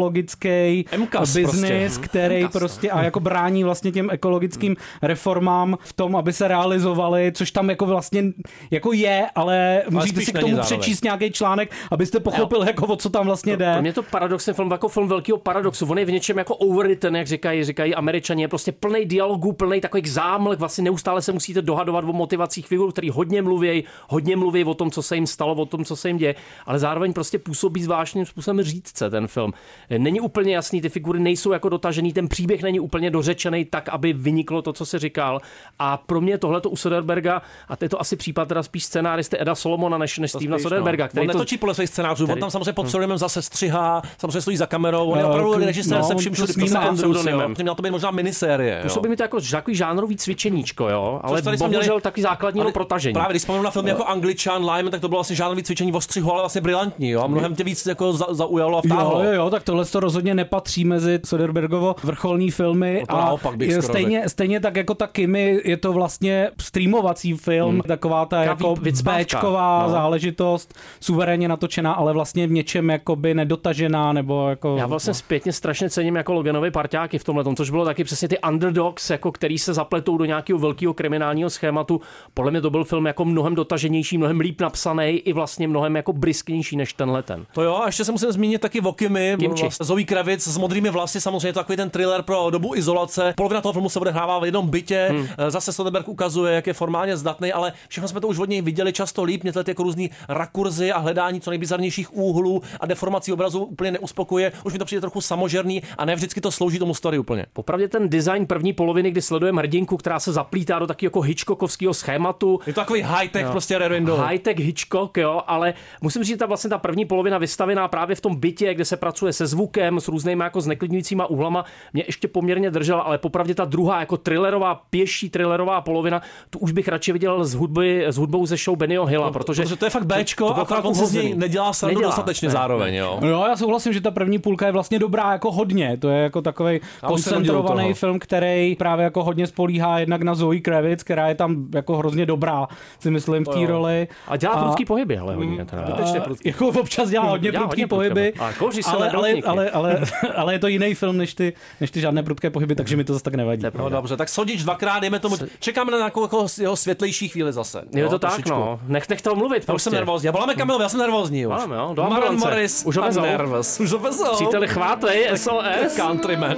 I: neekologický
H: MKAS
I: biznis,
H: prostě.
I: který
H: MKAS, Hmm. no.
I: prostě a jako brání vlastně těm ekologickým reformám v tom, aby se realizovaly, což tam jako vlastně jako je, ale musíte
H: spíš
I: si k
H: není
I: tomu
H: zároveň.
I: přečíst nějaký článek, abyste pochopil, jako o co tam vlastně jde.
J: Pro mě je to paradoxně film jako film velkého paradoxu. On je v něčem jako overwritten, jak říkají, říkají američani. Je prostě plný dialogů, plný takových zámlek. Vlastně neustále se musíte dohadovat o motivacích figur, který hodně mluví, hodně mluví o tom, co se jim stalo, o tom, co se jim děje, ale zároveň prostě působí zvláštním způsobem řídce ten film. Není úplně jasný, ty figury nejsou jako dotažený, ten příběh není úplně dořečený tak, aby vyniklo to, co se říkal. A pro mě tohle to u Soderberga, a to je to asi případ teda spíš scenáristy Eda Solomona než, než Stevena
H: Spíš, no.
J: Soderberga, který
H: on
J: to
H: netočí podle svých scénářů, on
J: který- Hm.
H: tam samozřejmě pod pseudonymem zase střihá, samozřejmě stojí za kamerou, on je
J: Eh,
H: opravdu
J: tu-
H: režisér
J: no,
H: se
J: on
H: vším
J: to
H: všude, to
J: snímá
H: se
J: pod
H: Andrews, jo.
J: pseudonymem.
H: To měla to být možná minisérie, jo.
J: Působí mi to jako že takový žánrový cvičeníčko, jo, ale
H: Což tady jsme
J: bohužel
H: měli-
J: takový základní
H: Ale
J: ale protažení.
H: Právě když vzpomínám na film jako Angličan, Lime, tak to bylo vlastně žádné cvičení o střihu, ale vlastně brilantní, jo. A mnohem tě víc jako za, zaujalo a
I: Jo,
H: vtáhlo.
I: jo, jo, tak tohle to rozhodně nepatří mezi Soderbergovo vrcholní filmy
H: No to
I: a
H: naopak bych
I: je
H: skoro
I: stejně, stejně tak jako ta Kimi tady je to vlastně streamovací film,
J: Hmm.
I: taková ta
J: Taková
I: jako
J: vy- vycpávka,
I: Bčková
J: no.
I: záležitost, suverénně natočená, ale vlastně v něčem jakoby nedotažená, nebo jako...
J: Já
H: No.
J: vlastně zpětně strašně cením jako Loganovi parťáky v tomhle, což bylo taky přesně ty underdogs, jako který se zapletou do nějakého velkého kriminálního schématu. Podle mě to byl film jako mnohem dotaženější, mnohem líp napsaný i vlastně mnohem jako brisknější než tenhle ten.
H: To jo, a ještě se musím zmínit taky Vokimy,
J: Kimči.
H: vlastně Zoe Kravic s modrými vlasy, samozřejmě takový ten thriller pro dobu izolace. Polovina toho filmu se odehrává v jednom bytě,
J: Hmm.
H: hmm. zase Soderberg ukazuje, jak je formálně zdatný, ale všechno jsme to už od něj viděli často líp, mě tyhle ty jako různý rakurzy a hledání co nejbizarnějších úhlů a deformací obrazu úplně neuspokuje, už mi to přijde trochu samožerný a ne vždycky to slouží tomu story úplně.
J: Popravdě ten design první poloviny, kdy sledujeme hrdinku, která se zaplítá do takového jako hitchcockovského schématu.
H: Je to takový high-tech prostě Rear Window.
J: High-tech Hitchcock, jo, ale musím říct, že ta vlastně ta první polovina vystavená právě v tom bytě, kde se pracuje se zvukem, s různýma jako zneklidňujícíma úhlama, mě ještě poměrně držela, ale popravdě ta druhá jako thrillerová, pěší thrillerová polovina, tu už bych radši viděl z hudby, s hudbou ze show Bennyho Hilla, protože,
H: No, protože to je fakt Bčko,
J: bylo
H: akorát
J: fakt
H: on si z
J: uhozený.
H: něj nedělá srandu dostatečně zároveň, jo.
I: No jo, já souhlasím, že ta první půlka je vlastně dobrá jako hodně. To je jako takový
H: A už se rodil
I: koncentrovaný
H: toho.
I: film, který právě jako hodně spolíhá jednak na Zoe Kravitz, která je tam jako hrozně dobrá, si myslím, v té
J: jo.
I: roli.
J: A dělá prudký pohyby, ale hodně
H: Mm,
J: teda. Zbytečně
I: A-
J: prudký.
I: Jako občas dělá hodně
J: Dělá
I: prudký
J: hodně prudký,
I: pohyby,
J: ale kouří se
I: ale,
J: na
I: ale,
J: doutníky.
I: ale, ale, ale, je to jiný film než ty, než ty žádné prudké pohyby, takže mi to zase tak nevadí.
H: No dobře, tak sodič dvakrát, dejme tomu, čekáme na nějakou jako jeho světlejší chvíli zase.
J: je to tak,
H: trošičku. Prostě.
J: no. Nech, nech to mluvit.
H: Já už jsem nervózní. Já voláme Kamilovi, já jsem nervózní už.
J: Voláme, jo, do
H: Maren
J: ambulance.
H: Morris.
J: Už ho
H: I'm
J: vezou.
H: nervous. Už ho
M: No.
H: vezou.
J: Příteli, chvátej, SOS.
H: Countryman.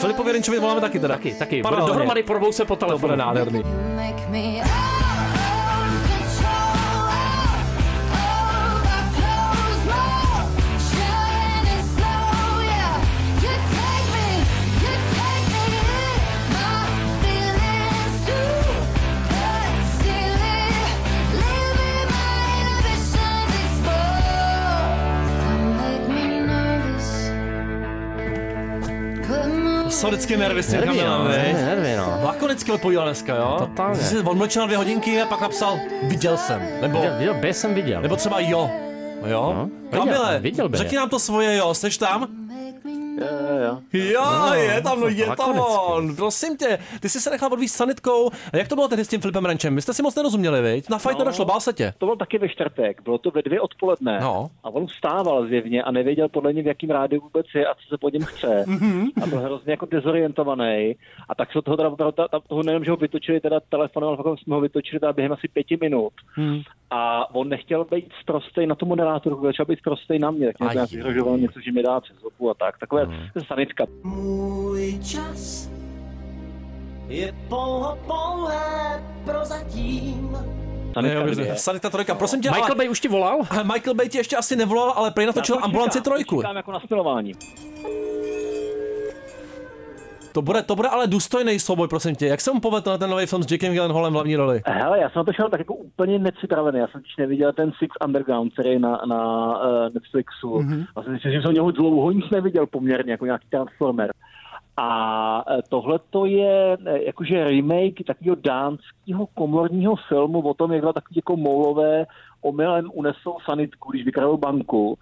H: Filipovi Rinčovi voláme taky teda.
J: Taky, taky. Bude
H: Paralelně.
J: dohromady porvou se po telefonu.
H: To bude nádherný. Jsou vždycky nervy s tím
J: Nervy,
H: Kamilem,
J: no,
H: viď?
J: nervy, nervy, no.
H: Lakonicky odpovídal dneska, jo?
J: Totálně.
H: Jsi odmlčel dvě hodinky a pak napsal, viděl jsem. Nebo,
J: Viděl, viděl, byl jsem viděl.
H: nebo třeba jo. No Jo?
J: No, viděl
H: Kamile,
J: jsem, viděl bych.
H: řekni nám to svoje jo, jsi tam?
M: jo.
H: Jo,
J: No,
H: je tam, no, je tam
J: lakonicky.
H: on. Prosím tě, ty jsi se nechal odvíst sanitkou. A jak to bylo tehdy s tím Filipem Renčem? Vy jste si moc nerozuměli, viď? Na fight
M: No.
H: nedošlo, bál se tě.
M: To bylo taky ve čtvrtek, bylo to ve dvě odpoledne.
H: No.
M: A on vstával zjevně a nevěděl podle něj, v jakým rádiu vůbec je a co se po něm chce.
J: Mhm.
M: a byl hrozně jako dezorientovaný. A tak se toho, teda, toho, toho, toho nejenom, že ho vytočili teda telefonem, ale fakt jsme ho vytočili teda během asi pěti minut.
J: Hmm.
M: A on nechtěl být sprostej na tom moderátoru, chtěl třeba být sprostej na mě, tak mě
N: Aj,
M: nějak vyhrožoval něco, že mi dá přes zubu a tak. Takové
H: Mhm.
M: sanitka.
N: Můj čas je pouho pouhé prozatím.
H: Ne, jo, že- Sanita trojka, prosím tě.
J: Michael
H: ale...
J: Bay už ti volal?
H: Michael Bay ti ještě asi nevolal, ale prej natočil
M: Já to
H: ambulanci
M: čekám, to
H: trojku.
M: Čekám jako na smilování.
H: To bude, to bude ale důstojný souboj, prosím tě. Jak se mu povedl na ten nový film s Jackem Gyllenhaalem v hlavní roli?
M: Hele, já jsem na to šel tak jako úplně nepřipravený. Já jsem totiž neviděl ten Six Underground, který je na, na uh, Netflixu.
N: Mhm.
M: Mm-hmm. A jsem si myslím, že jsem o něho dlouho nic neviděl poměrně, jako nějaký Transformer. A eh, tohle to je eh, jakože remake takového dánského komorního filmu o tom, jak dva takový jako moulové omylem unesou sanitku, když vykradou banku.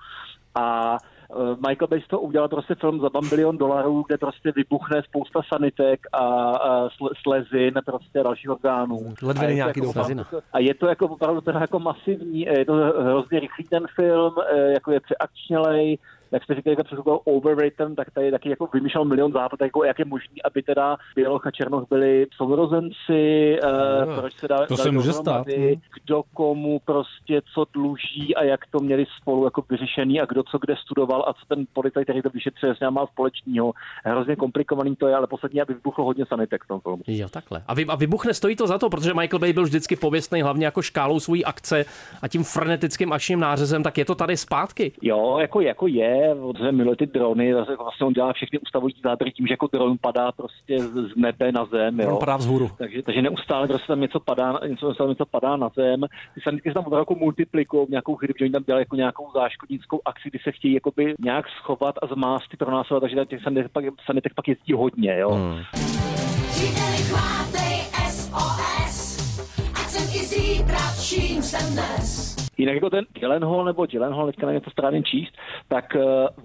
M: A eh, Michael Bay z toho udělal prostě film za 1 bilion dolarů, kde prostě vybuchne spousta sanitek a, a sl- slezin a prostě dalších orgánů.
H: Ledviny
M: A je to
H: nějaký
M: jako
H: doufám.
M: opravdu- A je to jako opravdu teda jako masivní, eh, je to hrozně rychlý ten film, eh, jako je přeakčnělej, jak jste říkali, že přesukoval overrated, tak tady taky jako vymýšlel milion západ, jako jak je možný, aby teda Běloch a Černoch byli sourozenci, eh, proč se dá,
I: To
M: dali
I: se může
M: dohromady,
I: stát, mhm.
M: kdo komu prostě co dluží a jak to měli spolu jako vyřešený a kdo co kde studoval a co ten policajt, který to vyšetřuje, s ním má společného. Hrozně komplikovaný to je, ale poslední, aby vybuchlo hodně sanitek v tom filmu.
J: Jo, takhle. A, vy, a vybuchne, stojí to za to, protože Michael Bay byl vždycky pověstný hlavně jako škálou svojí akce a tím frenetickým akčním nářezem, tak je to tady zpátky.
M: Jo, jako, jako je, protože miluje ty drony, zase vlastně on dělá všechny ustavující záběry tím, že jako dron padá prostě z z nebe na zem. Jo.
H: On padá vzhůru.
M: Takže, takže neustále prostě tam něco padá, na- něco, něco, něco padá na zem. Ty sanitky se tam opravdu jako multiplikují nějakou chybu, že oni tam dělají jako nějakou záškodnickou akci, kdy se chtějí jakoby nějak schovat a zmást ty pronásovat, takže tam těch sanitek pak, sanitek pak jezdí hodně. Jo. Hmm.
N: Příteli, chvátej SOS, ať jsem i zítra, čím jsem dnes.
I: Jinak jako ten Gyllenhaal nebo Gyllenhaal, teďka nevím, to strávím číst, tak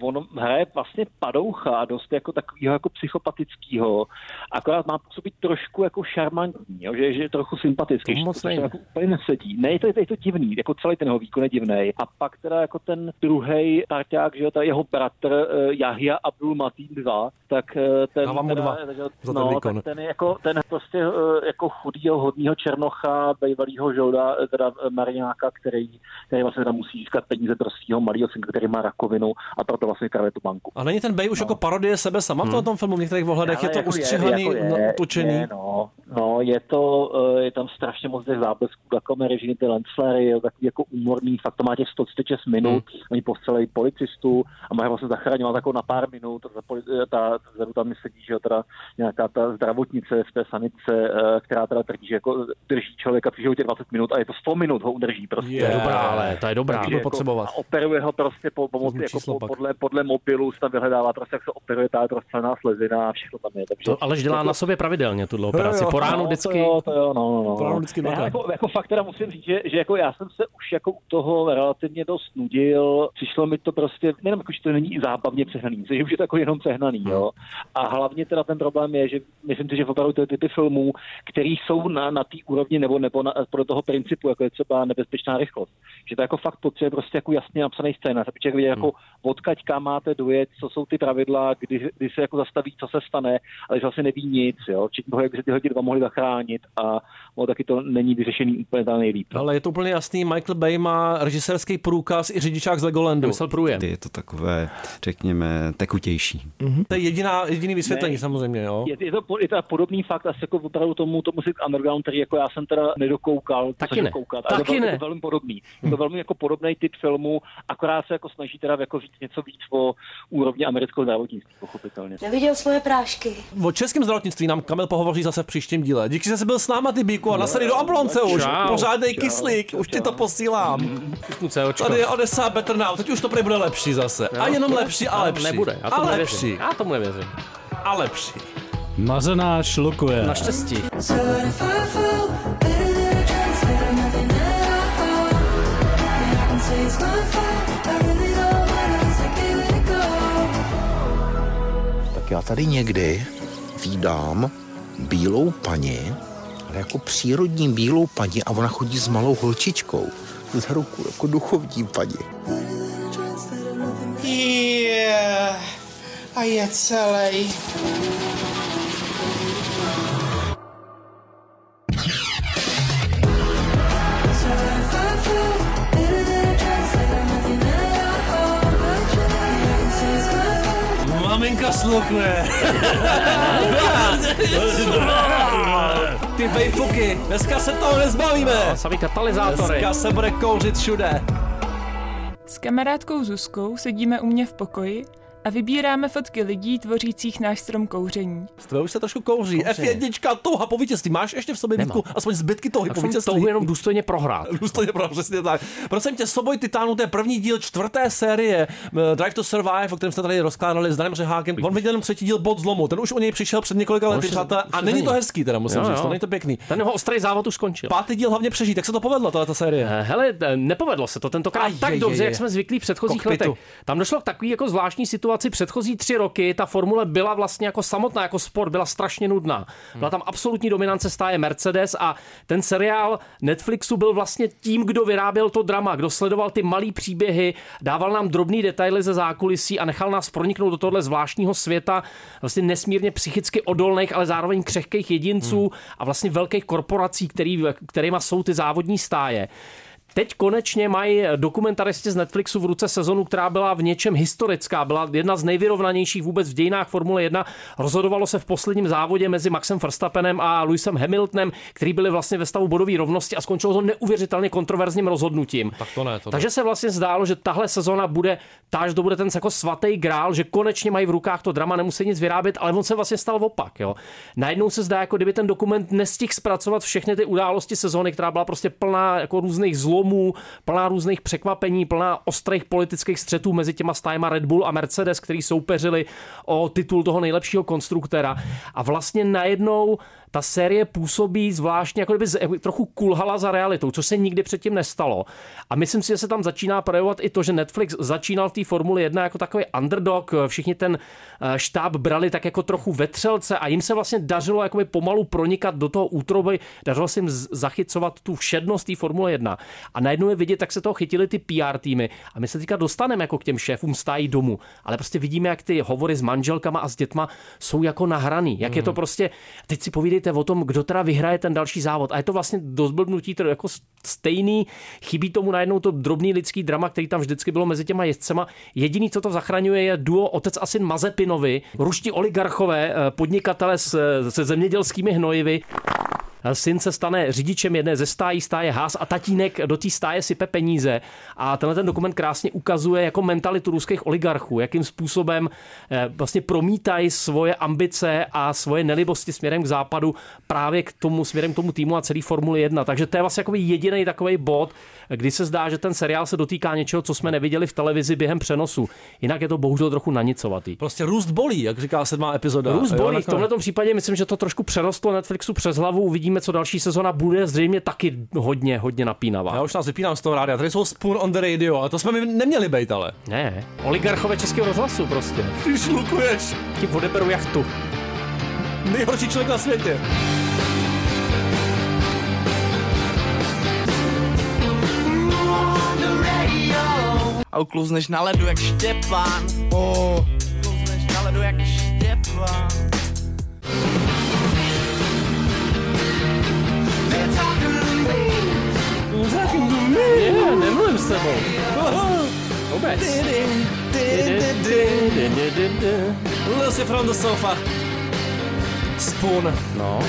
I: uh, on hraje vlastně padoucha dost jako takového jako psychopatického, akorát má působit trošku jako šarmantní, jo, že, že je trochu sympatický, to že moc jako úplně nesedí. Ne, je to, je to divný, jako celý ten jeho výkon je divný. A pak teda jako ten druhý parťák, že jo, ta jeho bratr uh, Jahia Abdul Matin 2, tak uh, ten,
H: Dávám mu dva
I: takže-
H: za ten
I: no,
H: výkon.
I: tak ten je jako ten prostě eh, jako chudýho, hodního černocha, bývalýho žolda, eh, teda eh, mariňáka, který, který vlastně teda musí získat peníze pro svého malého synka, který má rakovinu a proto vlastně krade tu banku.
H: A není ten Bej
J: No.
H: už jako parodie sebe sama v
I: Hmm.
H: tom filmu v některých ohledech? Je
I: Ale
H: to
I: jako
H: ustřihaný,
I: je, jako je,
H: natočený?
I: Je, no, no, je to, eh, je tam strašně moc těch záblesků, takové režimy, ty lensflary, je takový jako umorný, fakt to má těch 136 minut, hmm. oni postřelejí policistu a mají vlastně zachraňovat jako na pár minut, a za poli- eh, ta, vzadu tam sedí, že jo, teda nějaká ta zdravotnice v té sanice, eh, která teda tvrdí, že jako drží člověka při životě 20 minut a je to 100 minut ho udrží prostě.
J: To je dobrá, ale to je dobrá.
I: Takže
J: To budu
I: jako-
J: potřebovat.
I: a operuje ho prostě po, pomocí,
J: Vezmu
I: jako
J: číslo
I: po,
J: pak.
I: podle, podle mobilu, se tam vyhledává prostě, jak se operuje ta rozstřelená slezina a všechno tam je. Takže,
J: To No, Aleš dělá na sobě pravidelně tuhle operaci.
I: Jo, jo,
J: Po ránu
I: no, to
J: vždycky.
I: jo, to jo, no, no.
J: Po ránu vždycky
I: Ne, ale
J: dvakrát.
I: jako, jako, fakt teda musím říct, že, že, jako já jsem se už jako u toho relativně dost nudil. Přišlo mi to prostě, nejenom jako, že to není zábavně přehnaný, myslím, že už je to jako jenom přehnaný, jo. A hlavně teda ten problém je, že myslím si, že opravdu ty typy filmů, které jsou na, na té úrovni nebo, nebo na, podle toho principu, jako je třeba nebezpečná rychlost, že to jako fakt potřebuje prostě jako jasně napsaný scénář, aby člověk věděl, jako odkaď kam máte dojet, co jsou ty pravidla, kdy, kdy se jako zastaví, co se stane, ale že vlastně neví nic, jo. Včetně toho, jak by se tyhle ti dva mohli zachránit a no, taky to není vyřešený úplně tam nejlíp.
H: Ale je to úplně jasný, Michael Bay má režisérský průkaz i řidičák z Legolandu. Musel průjem.
O: Je to takové, řekněme, tekutější.
H: To je jediná, jediný vysvětlení
I: Ne.
H: samozřejmě, jo.
I: Je, je, to, po- je to podobný fakt asi jako opravdu tomu, tomu si underground, který jako já jsem teda nedokoukal, co
J: Taky
I: jsem
J: ne.
I: koukat, ale
J: Taky
I: to velmi,
J: ne.
I: Je to velmi podobný. Je
H: Hmm.
I: to velmi jako podobný typ filmu, akorát se jako snaží teda jako říct něco víc o úrovni amerického závodnictví, pochopitelně.
P: Neviděl svoje prášky.
H: O českém zdravotnictví nám Kamil pohovoří zase v příštím díle. Díky, že jsi byl s náma, ty
I: No,
H: bíku, a nasady do ablonce už.
J: Čau.
H: Pořádnej
J: Čau,
H: kyslík, už ti to posílám.
J: COčko.
H: Tady je Odessa Better Now, teď už to prý bude lepší zase. A jenom lepší a
J: Ale
H: lepší.
J: Nebude, já
H: a
J: tomu
H: lepší.
J: nevěřím. Já tomu nevěřím.
H: A lepší.
Q: Mazená šlukuje.
J: Naštěstí.
E: Tak já tady někdy vídám bílou paní, ale jako přírodní bílou paní a ona chodí s malou holčičkou za ruku, jako duchovní paní.
F: Yeah. A je celý.
H: Maminka slukuje. Ty vejfuky, dneska se toho nezbavíme.
J: Samý katalyzátory.
H: Dneska se bude kouřit všude.
R: S kamarádkou Zuzkou sedíme u mě v pokoji a vybíráme fotky lidí tvořících náš strom kouření.
H: S tebe už se trošku kouří. F1, touha po vítězství. Máš ještě v sobě
R: Nemám.
H: Vítku, aspoň zbytky touhy
R: Já
H: po
R: jsem
H: jako vítězství.
R: touhu
J: jenom důstojně prohrát.
H: důstojně prohrát, přesně tak. Prosím tě, Soboj Titánů, to je první díl čtvrté série eh, Drive to Survive, o kterém jsme tady rozkládali s Danem Řehákem. On viděl jenom třetí díl Bod zlomu, ten už o něj přišel před několika
J: On
H: lety,
J: už-
H: přátelé,
J: už
H: a
J: je
H: není
J: za
H: to
J: ní.
H: hezký, teda musím
J: Jo,
H: říct,
J: jo.
H: to není to pěkný.
J: Ten jeho ostrý závod už skončil.
H: Pátý díl hlavně přežít, tak se to povedlo, tahle ta série.
J: Hele, eh, nepovedlo se to tentokrát
H: Aj,
J: tak
H: je, je,
J: dobře,
H: je.
J: jak jsme zvyklí v předchozích
H: Kokpitu.
J: letech. Tam došlo k takový jako zvláštní situaci. Předchozí tři roky ta formule byla vlastně jako samotná, jako sport, byla strašně nudná. Byla tam absolutní dominance stáje Mercedes a ten seriál Netflixu byl vlastně tím, kdo vyráběl to drama, kdo sledoval ty malý příběhy, dával nám drobný detaily ze zákulisí a nechal nás proniknout do tohle zvláštního světa vlastně nesmírně psychicky odolných, ale zároveň křehkých jedinců a vlastně velkých korporací, který, kterýma jsou ty závodní stáje. Teď konečně mají dokumentaristi z Netflixu v ruce sezonu, která byla v něčem historická. Byla jedna z nejvyrovnanějších vůbec v dějinách Formule 1. Rozhodovalo se v posledním závodě mezi Maxem Verstappenem a Lewisem Hamiltonem, který byli vlastně ve stavu bodové rovnosti a skončilo to neuvěřitelně kontroverzním rozhodnutím.
H: Tak to ne, to
J: Takže se vlastně zdálo, že tahle sezóna bude, táž to bude ten jako svatý grál, že konečně mají v rukách to drama, nemusí nic vyrábět, ale on se vlastně stal opak. Jo. Najednou se zdá, jako kdyby ten dokument nestihl zpracovat všechny ty události sezóny, která byla prostě plná jako různých zlomů zlomů, plná různých překvapení, plná ostrých politických střetů mezi těma stájma Red Bull a Mercedes, který soupeřili o titul toho nejlepšího konstruktéra. A vlastně najednou ta série působí zvláštně, jako kdyby z- trochu kulhala za realitou, co se nikdy předtím nestalo. A myslím si, že se tam začíná projevovat i to, že Netflix začínal v té Formuli 1 jako takový underdog, všichni ten eh, štáb brali tak jako trochu vetřelce a jim se vlastně dařilo jakoby pomalu pronikat do toho útroby, dařilo se jim z- zachycovat tu všednost té Formule 1. A najednou je vidět, jak se toho chytili ty PR týmy. A my se teďka dostaneme jako k těm šéfům stájí domů, ale prostě vidíme, jak ty hovory s manželkama a s dětma jsou jako nahraný. Jak je to
S: Mhm.
J: prostě, teď si povídejte o tom, kdo teda vyhraje ten další závod. A je to vlastně do zblbnutí to jako stejný, chybí tomu najednou to drobný lidský drama, který tam vždycky bylo mezi těma jezdcema. Jediný, co to zachraňuje, je duo otec a syn Mazepinovi, ruští oligarchové, eh, podnikatele s- se zemědělskými hnojivy. Syn se stane řidičem jedné ze stájí, stáje Haas a tatínek do té stáje sype peníze. A tenhle ten dokument krásně ukazuje jako mentalitu ruských oligarchů, jakým způsobem eh, vlastně promítají svoje ambice a svoje nelibosti směrem k západu právě k tomu směrem k tomu týmu a celý Formuli 1. Takže to je vlastně jakoby jediný takový bod, kdy se zdá, že ten seriál se dotýká něčeho, co jsme neviděli v televizi během přenosu. Jinak je to bohužel trochu nanicovatý.
H: Prostě růst bolí, jak říká sedmá epizoda.
J: Růst
H: No, Jo,
J: bolí. V
H: nakonec.
J: tomhle případě myslím, že to trošku přerostlo Netflixu přes hlavu. Uvidíme, co další sezona bude. Zřejmě taky hodně, hodně napínavá.
H: Já už nás vypínám z toho rádia. Tady jsou Spoon on the Radio, ale to jsme my neměli být, ale.
J: Ne, oligarchové českého rozhlasu prostě.
H: Ty šlukuješ.
J: Ti odeberu jachtu.
H: Nejhorší člověk na světě.
S: A uklouzneš na ledu jak Štěpán. Oh. Uklouzneš na ledu jak Štěpán.
J: Ne, nemluvím s tebou. Vůbec.
H: Lucy from the sofa. Spoon.
J: No.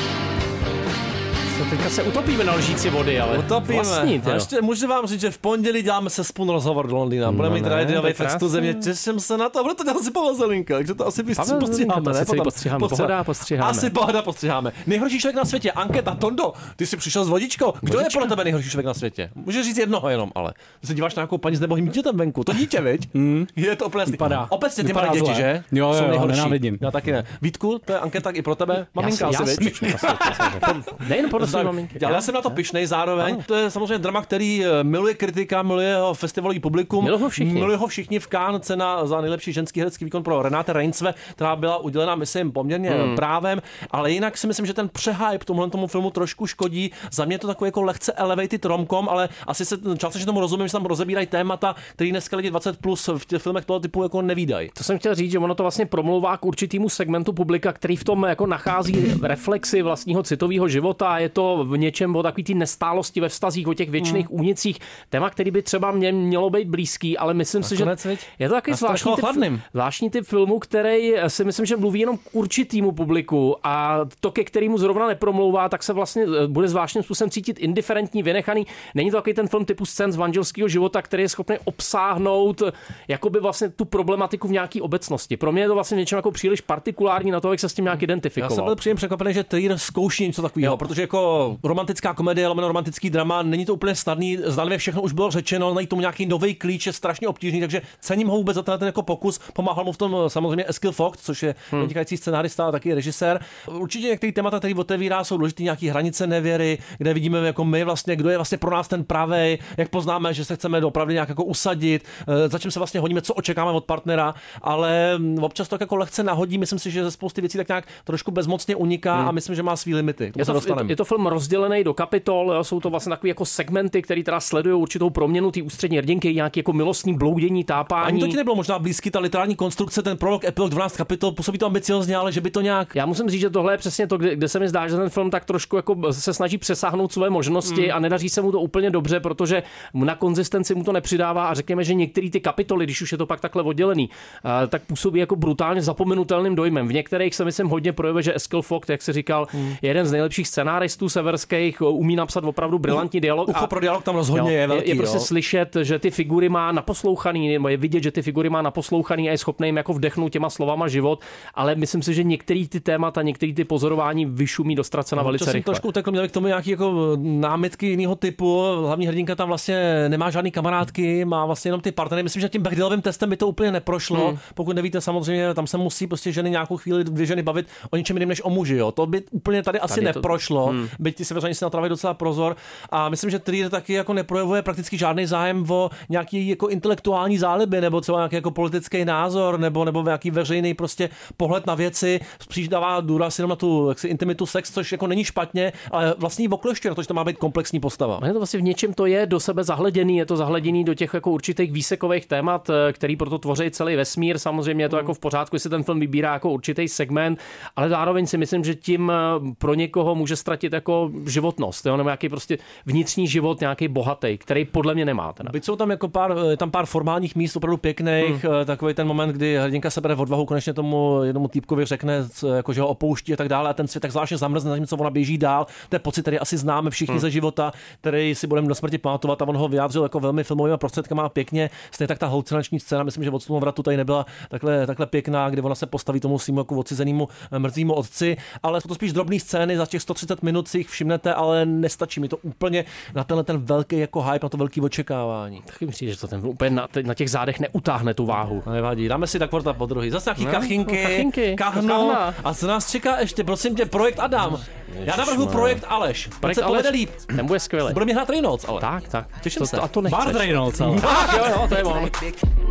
J: Co, teďka se utopíme na lžíci vody, ale
H: Utopíme.
J: vlastní, ty no. jo.
H: a ještě můžu vám říct, že v pondělí děláme se Spoon rozhovor do Londýna. Budeme
J: No
H: mít
J: ne, to
H: radiový
J: je
H: v exkluzivně. Těším se na to. Bude to dělat si Pavel Zelinka, takže to asi bys-
J: Pavel Zelinka,
H: postříháme.
J: to
H: ne?
J: asi celý
H: Potom.
J: postříháme.
H: Postříháme.
J: Pohoda, postříháme.
H: Asi pohoda postříháme. Nejhorší člověk na světě. Anketa, Tondo, ty jsi přišel s vodičkou. Kdo je podle tebe nejhorší člověk na světě? Můžeš říct jednoho jenom, ale. Ty se díváš na nějakou paní s nebohým dítětem venku. To dítě, viď?
J: Hmm.
H: Je to úplně Vypadá. Obecně ty
I: Vypadá
H: malé děti,
I: zle.
H: že?
I: Jo,
H: Jsou
I: jo, jo,
H: nejhorší.
I: nenávidím.
H: Já taky ne. Vítku, to je anketa i pro tebe. Maminka
J: jsem- já
H: asi,
J: jsem
H: viď?
J: pišnej na světě, samozřejmě. vlastně, Nejen podle své
H: Tak,
J: maminky.
H: Já, já jsem na to pišnej zároveň. To je samozřejmě drama, který eh, miluje kritika, miluje ho festivalový publikum.
J: Milují ho všichni.
H: Miluje ho všichni v Cannes cena za nejlepší ženský herecký výkon pro Renáte Reinsve, která byla udělena, myslím, poměrně
J: Hmm.
H: hmm. právem, ale jinak si myslím, že ten přehype tomhle tomu filmu trošku škodí. Za mě je to takový jako lehce elevated romkom, ale asi se částečně tomu rozumím, že tam rozebírají témata, které dneska lidi 20 plus v těch filmech toho typu jako nevídají.
J: To jsem chtěl říct, že ono to vlastně promlouvá k určitému segmentu publika, který v tom jako nachází reflexy vlastního citového života a je to v něčem o takový ty nestálosti ve vztazích, o těch věčných
H: Hmm.
J: únicích. Téma, který by třeba mě mělo být blízký, ale myslím si, že
H: Nakonec, viď?
J: je to takový
H: Nás to
J: zvláštní
H: nechalo
J: typ,
H: chladným.
J: zvláštní typ filmu, který si myslím, že mluví jenom k určitýmu publiku a to, ke kterému zrovna nepromlouvá, tak se vlastně eh, bude zvláštním způsobem cítit indiferentní, vynechaný. Není to takový ten film typu scén z manželského života, který je schopný obsáhnout eh, jakoby vlastně tu problematiku v nějaké obecnosti. Pro mě je to vlastně v něčem jako příliš partikulární na to, jak se s tím nějak
H: Hmm. Já
J: identifikoval.
H: jsem byl příjemně překvapený, že Trier zkouší něco takového, protože jako romantická komedie, lomeno romantický drama, není to úplně snadný, zdánlivě všechno už bylo řečeno, najít tomu nějaký nový klíč je strašně obtížný, takže cením ho vůbec za tenhle ten jako pokus. Pomáhal mu v tom eh, samozřejmě Eskil Fox, což je
J: Hmm.
H: hmm. vynikající scenárista a taky režisér. Určitě některé témata, které otevírá, jsou důležité nějaké hranice nevěry, kde vidíme jako my vlastně, kdo je vlastně pro nás ten pravý, jak poznáme, že se chceme opravdu nějak jako usadit, eh, za čím se vlastně honíme, co očekáváme od partnera, ale mm, občas to tak jako lehce nahodí, myslím si, že ze spousty věcí tak nějak trošku bezmocně uniká
J: Hmm.
H: a myslím, že má svý limity. K tomu
J: Je
H: se
J: to, je, to,
H: dostaneme.
J: je to film rozdělený do kapitol, jo, jsou to vlastně takové jako segmenty, které teda sledují určitou proměnu té ústřední hrdinky, nějaké jako milostní bloudění, tápání.
H: Ani to ti nebylo možná blízký, ta literární konstrukce, ten prolog, epilog, 12 kapitol, působí to ambiciozně, ale že by to nějak.
J: Já musím říct, že tohle je přesně to, kde, kde se mi zdá, že ten film tak trošku jako se snaží přesáhnout své možnosti
H: Mm.
J: a nedaří se mu to úplně dobře, protože mu na konzistenci mu to nepřidává a řekněme, že některé ty kapitoly, když už je to pak takhle oddělený, eh, tak působí jako brutálně zapomenutelným dojmem. V některých se myslím hodně projevuje, že Eskil Fox, jak se říkal, je jeden z nejlepších scenáristů, textů severských umí napsat opravdu brilantní dialog.
H: Ucho pro dialog tam rozhodně je velký,
J: Je prostě
H: jo.
J: slyšet, že ty figury má naposlouchaný, nebo je vidět, že ty figury má naposlouchaný a je schopný jim jako vdechnout těma slovama život, ale myslím si, že některý ty témata, některý ty pozorování vyšumí do ztracena
H: No, to
J: velice
H: jsem
J: rychle.
H: trošku utekl, měl k tomu nějaký jako námitky jiného typu. Hlavní hrdinka tam vlastně nemá žádný kamarádky, má vlastně jenom ty partnery. Myslím, že tím Bechdielovým testem by to úplně neprošlo.
J: Hmm.
H: Pokud nevíte, samozřejmě tam se musí prostě ženy nějakou chvíli dvě ženy bavit o něčem jiném než o muži. Jo. To by úplně tady asi
J: Tady to-
H: neprošlo.
J: Hmm.
H: Byť ty severani si natravají docela prozor. A myslím, že Trier taky jako neprojevuje prakticky žádný zájem o nějaký jako intelektuální záliby, nebo třeba nějaký jako politický názor, nebo, nebo nějaký veřejný prostě pohled na věci. Spíš dává důraz jenom na tu jaksi, intimitu sex, což jako není špatně, ale vlastně ji oklešťuje, protože to má být komplexní postava.
J: Ono je to vlastně v něčem to je do sebe zahleděný, je to zahleděný do těch jako určitých výsekových témat, eh, který proto tvoří celý vesmír. Samozřejmě je
H: Hmm.
J: to jako v pořádku, jestli ten film vybírá jako určitý segment, ale zároveň si myslím, že tím eh, pro někoho může ztratit jako životnost, jo? nebo nějaký prostě vnitřní život, nějaký bohatý, který podle mě nemá. Teda.
H: Byť jsou tam jako pár, eh, je tam pár formálních míst opravdu pěkných, hmm. takový ten moment, kdy hrdinka se bere v odvahu, konečně tomu jednomu týpkovi řekne, c- jako, že ho opouští a tak dále, a ten svět tak zvláštně zamrzne, zatímco ona běží dál. To je pocit, který asi známe všichni
J: Hmm.
H: hmm. ze života, který si budeme do smrti pamatovat a on ho vyjádřil jako velmi filmovými prostředkama a pěkně. Stejně tak ta halucinační scéna, myslím, že od slunova vratu tady nebyla takhle, takhle pěkná, kdy ona se postaví tomu svým jako odcizenému eh, mrtvému otci, ale jsou to spíš drobné scény, za těch 130 minut si jich všimnete, ale nestačí mi to úplně na tenhle ten velký jako hype, na to velký očekávání.
J: Taky myslím, že to ten úplně na, te- na těch zádech neutáhne tu váhu.
H: No, Nevadí, dáme si tak kvarta po druhý. Zase nějaký
J: No,
H: kachinky,
J: kachinky,
H: kahno.
J: kahna.
H: A co nás čeká ještě? Prosím tě, projekt Adam. Já navrhu projekt Aleš. Projekt
J: Projekt
H: se Aleš. povede
J: Aleš,
H: líp.
J: Ten bude skvělý.
H: Bude mě hrát Reynolds, ale.
J: Tak, tak.
H: Těším
J: to,
H: se.
J: To, a to nechceš.
H: Bart Reynolds, ale.
J: Tak, jo, jo, to je on.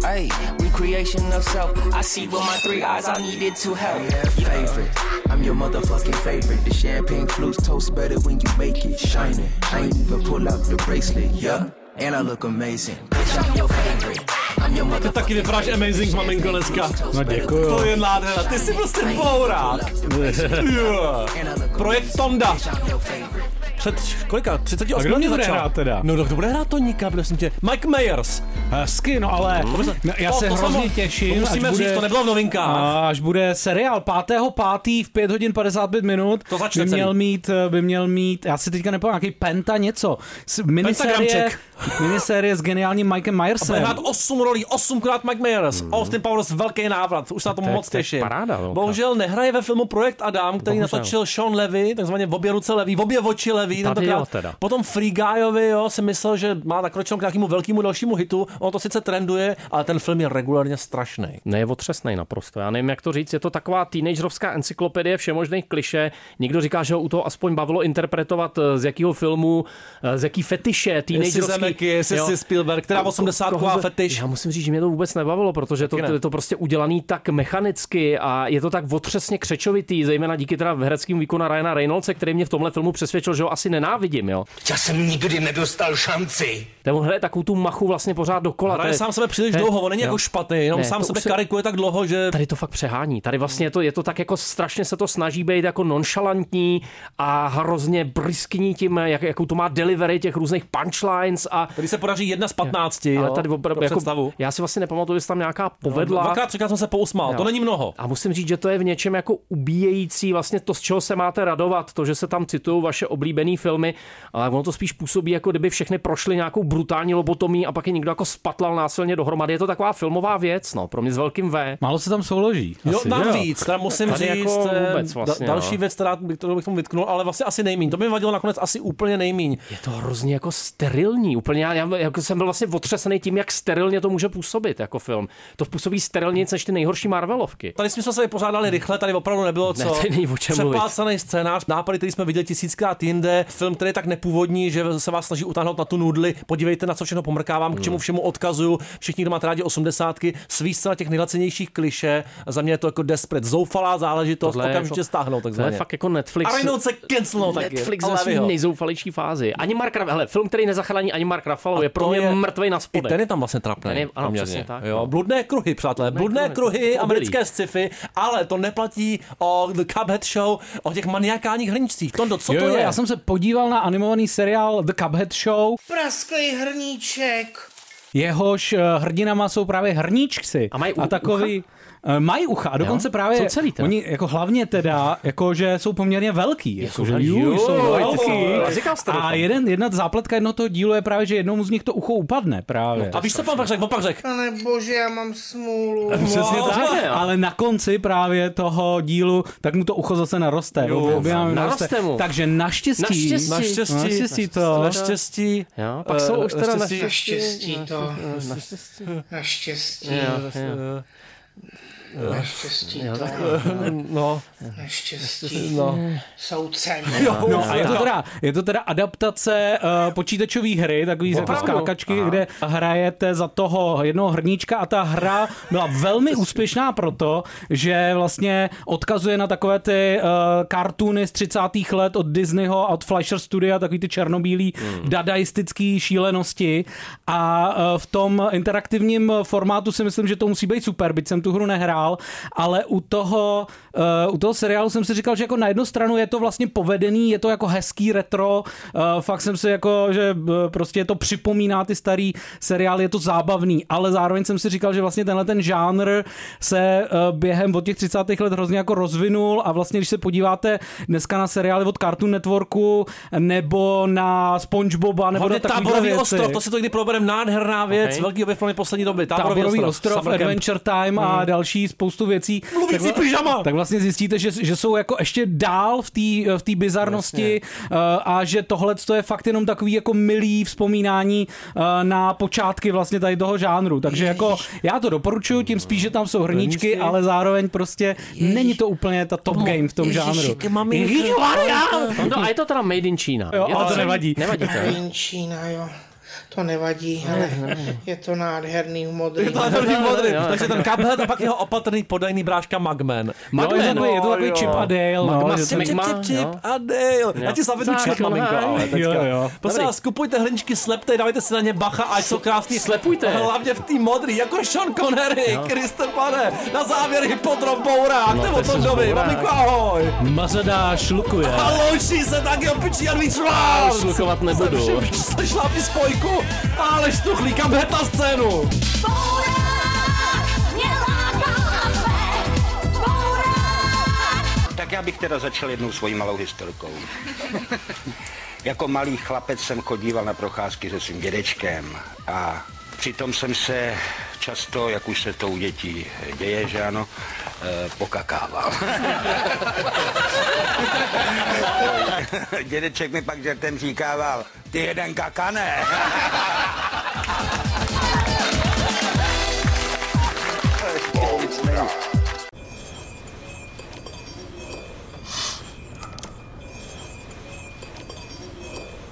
T: Hey, recreation of self. I see with my three eyes. I needed to help. favorite. I'm your motherfucking favorite. The champagne flutes toast better when you make it shining. I ain't even pull out the bracelet. Yeah, and I look amazing. Bitch, I'm your favorite. I'm your
H: Ty taky vypadáš amazing, maminko, dneska.
I: No děkuju.
H: To je nádhera, ty jsi prostě bourák. Jo. Projekt Tonda. Před kolika? 38
I: A kdo mě
H: lety
I: bude
H: začal.
I: hrát teda?
H: No kdo bude hrát Toníka, prosím tě? Mike Myers.
I: Hezky, no ale no, já
H: To-
I: se
H: to jsem-
I: hrozně
H: to
I: těším.
H: musíme
I: až bude,
H: říct, to nebylo v novinkách.
I: A Až bude seriál 5.5. v 5 hodin 55 minut. To
H: začne
I: by
H: celý.
I: měl mít, eh, by měl mít, já si teďka nepamatuji, nějaký Penta něco. S- Miniserie,
H: Pentagramček.
I: miniserie s geniálním Mikem
H: A bude
I: Myersem.
H: hrát 8 rolí, 8krát Mike Myers.
J: Hmm.
H: Austin Powers, velký návrat, už se na to
I: To je-
H: moc
I: to je
H: těším.
I: paráda velká.
H: Bohužel nehraje ve filmu Projekt Adam, který
I: Bohužel.
H: natočil Sean Levy, takzvaně v obě ruce levý, v obě oči levý.
J: Tady
H: tentokrát.
J: jo teda.
H: Potom Free Guyovi, jo, si myslel, že má nakročeno k nějakému velkému dalšímu hitu, on to sice trenduje, ale ten film je regulárně strašný.
J: Ne, je otřesnej naprosto. Já nevím, jak to říct. Je to taková teenagerovská encyklopedie všemožných kliše. Někdo říká, že ho u toho aspoň bavilo interpretovat eh, z jakého filmu, eh, z jaký fetiše
H: Jestli
J: teenagerovský.
H: Zemeky, jestli
J: Jo.
H: si Spielberg, která
J: Ko- ko-
H: 80
J: koho
H: a
J: se-
H: fetiš.
J: Já musím říct, že mě to vůbec nebavilo, protože to,
H: Taky ne.
J: to, je to prostě udělaný tak mechanicky a je to tak otřesně křečovitý, zejména díky teda hereckým výkonu Ryana Reynoldse, který mě v tomhle filmu přesvědčil, že ho asi nenávidím. Jo.
U: Já jsem nikdy nedostal šanci.
J: Ten hraje takovou tu machu vlastně pořád dokola.
H: Hraje
J: To je-
H: sám sebe příliš
J: to je-
H: dlouho, on není
J: jo.
H: jako špatný, jenom
J: Ne,
H: sám
J: to
H: sebe
J: už se-
H: karikuje tak dlouho, že
J: Tady to fakt přehání. Tady vlastně je to, je to tak jako strašně se to snaží být jako nonšalantní a hrozně briskní tím, jak, jakou to má delivery těch různých punchlines a...
H: Tady se podaří jedna z 15, jo,
J: ale tady opravdu,
H: pro
J: jako,
H: představu. No,
J: já si vlastně nepamatuju, jestli tam nějaká povedla.
H: Dvakrát, třikrát jsem se pousmál,
J: Jo.
H: to není mnoho.
J: A musím říct, že to je v něčem jako ubíjející, vlastně to, z čeho se máte radovat, to, že se tam citují vaše oblíbené filmy, ale ono to spíš působí, jako kdyby všechny prošly nějakou brutální lobotomí a pak je někdo jako spatlal násilně dohromady. Je to taková filmová věc, no, pro mě s velkým V.
I: Málo se tam souloží.
H: Jo, no,
J: Asi,
H: tam
J: jo.
H: víc, tam musím
J: Tady
H: říct.
J: jako
H: eh,
J: vůbec vlastně,
H: da- další
J: no.
H: věc, která, kterou bych tomu vytknul, ale vlastně asi nejmín. To by mi vadilo nakonec asi úplně nejmín.
J: Je to hrozně jako sterilní. Úplně já, já jako jsem byl vlastně otřesený tím, jak sterilně to může působit jako film. To působí sterilně než ty nejhorší Marvelovky.
H: Tady jsme se vypořádali rychle, tady opravdu nebylo
J: Ne,
H: co.
J: tady není o čem mluvit.
H: Přepácaný scénář, nápady, který jsme viděli tisíckrát jinde, film, který je tak nepůvodní, že se vás snaží utáhnout na tu nudli. Podívejte, na co všechno pomrkávám, k
J: Hmm.
H: čemu všemu odkazuju. Všichni, kdo máte rádi osmdesátky, svíz se na těch nejlacenějších kliše. Za mě je to jako desperate, zoufalá záležitost,
J: Tohle je
H: okamžitě
J: jako-
H: stáhnou.
J: To je fakt jako Netflix.
H: A Reynolds se cancelnou taky.
J: Netflix
H: Ale
J: na svý
H: vy ho.
J: nejzoufalejší fázi. Ani Mark Raffalo, hele, film, který nezachrání ani Mark Raffalo, je pro mě je... mrtvej na
H: I
J: spodek.
H: ten je tam vlastně trapný.
J: Ten je- ano,
H: poměrně.
J: přesně tak, no.
H: Jo. Bludné kruhy, přátelé. Bludné
J: kruhy,
H: kruhy,
J: to- to
H: americké sci-fi, ale to neplatí o The Cuphead Show, o těch maniakálních hrničcích. Tondo, co
I: jo,
H: to
I: jo,
H: je?
I: Já jsem se podíval na animovaný seriál The Cuphead Show.
F: Prasklý hrníček.
I: Jehož eh, hrdinama jsou právě hrníčci. A mají
J: u-
I: a takový, ucha? Mají ucha, a dokonce právě,
J: Jsou celý teda.
I: oni jako hlavně teda, jako že jsou poměrně velký. Jako, že,
J: fakt?
I: juj, jsou
J: Jo, ty
I: velký.
J: jsi- a říkal jsi to
I: A
J: doufám.
I: jeden, jedna zápletka jednoho toho dílu je právě, že jednomu z nich to ucho upadne právě.
J: No,
H: A víš, co pan Papřek, opak řekl?
F: Pane bože, já mám smůlu.
I: Přesně
F: Wow.
I: tak, ale na konci právě toho dílu, tak mu to ucho zase naroste.
J: Jo,
I: Obě- oběma
J: naroste mu.
I: Takže naštěstí.
J: Naštěstí. Naštěstí.
I: Naštěstí No, to.
J: Naštěstí. Jo, pak jsou už teda naštěstí.
F: Naštěstí to.
J: Naštěstí.
F: Naštěstí.
J: Jo, jo.
F: Naštěstí
J: Jo,
F: to.
J: tak, no.
F: Naštěstí.
J: No.
F: Soudcem.
I: Jo, no, a je to teda, je to teda adaptace uh, počítačové hry, takový jako
F: Opravdu?
I: skákačky,
F: Aha.
I: kde hrajete za toho jednoho hrníčka a ta hra byla velmi úspěšná proto, že vlastně odkazuje na takové ty uh, kartuny z 30. let od Disneyho a od Fleischer Studia, takový ty černobílý
J: Hmm.
I: hmm. dadaistický šílenosti a eh, v tom interaktivním formátu si myslím, že to musí být super, byť jsem tu hru nehrál, ale u toho, eh, u toho seriálu jsem si říkal, že jako na jednu stranu je to vlastně povedený, je to jako hezký retro, eh, fakt jsem si jako, že eh, prostě to připomíná ty starý seriály, je to zábavný, ale zároveň jsem si říkal, že vlastně tenhle ten žánr se eh, během od těch 30. let hrozně jako rozvinul a vlastně, když se podíváte dneska na seriály od Cartoon Networku nebo na Spongeboba nebo
H: Hlavně
I: na takovýhle
H: táborový
I: věci.
H: ostrov, to si to kdy probereme, nádherná věc,
I: Ok.
H: velký objev plně poslední doby.
I: Táborový, ostrov,
H: Summer Camp.
I: Adventure Time a
J: Mhm.
H: Hmm.
I: další spoustu věcí.
H: Mluvící
I: vla-
H: pyžama!
I: Tak vlastně zjistíte, že, že jsou jako ještě dál v té v té bizarnosti eh, a že tohle je fakt jenom takový jako milý vzpomínání eh, na počátky vlastně tady toho žánru. Takže jako já to doporučuju, tím spíš, že tam jsou hrníčky, ale zároveň prostě není to úplně ta top game v tom žánru. Ježíši Maria!
J: Tondo, No, a je to teda made in China.
I: Jo,
J: je
I: ale to
J: celý-
I: nevadí.
J: Nevadí to. jo?
F: Čína, jo. To nevadí, ale je to nádherný v modrý.
H: Je to nádherný modrý,
J: jo,
H: takže
J: jo.
H: ten Cuphead a pak jeho opatrný podajný bráška Magman.
J: Mugman,
H: je to takový, je to
J: no,
H: takový
J: jo.
H: chip a Dale. no,
J: Magma,
H: že to-
J: Magma,
H: chip, chip, chip
J: jo.
H: a Dale. Já
J: Jo.
H: ti zavedu
J: Tak, no,
H: čip,
J: jo,
H: maminko, ale
J: hej.
H: teďka.
J: Jo, jo.
H: Prosím
J: Dobrý.
H: vás, kupujte hrničky, slepte, dávajte si na ně bacha, ať jsou krásný.
J: Slepujte.
H: A Hlavně v té modrý, jako Sean Connery,
J: Jo.
H: Kriste pane, na závěr hypodrom bourák,
J: No,
H: nebo
J: to
H: to
J: jsi
H: doby,
J: bourák.
H: maminko, ahoj.
I: Mazedá šlukuje.
H: A loučí se tak jeho pičí a víc vás.
J: Šlukovat nebudu.
H: Se šlápni spojku, ale štuchlí, kam hned na scénu.
U: Tak já bych teda začal jednou svojí malou historkou. jako malý chlapec jsem chodíval na procházky se svým dědečkem a přitom jsem se často, jak už se to u dětí děje, že ano, eh, pokakával. Dědeček mi pak žertem říkával, ty jeden kakane.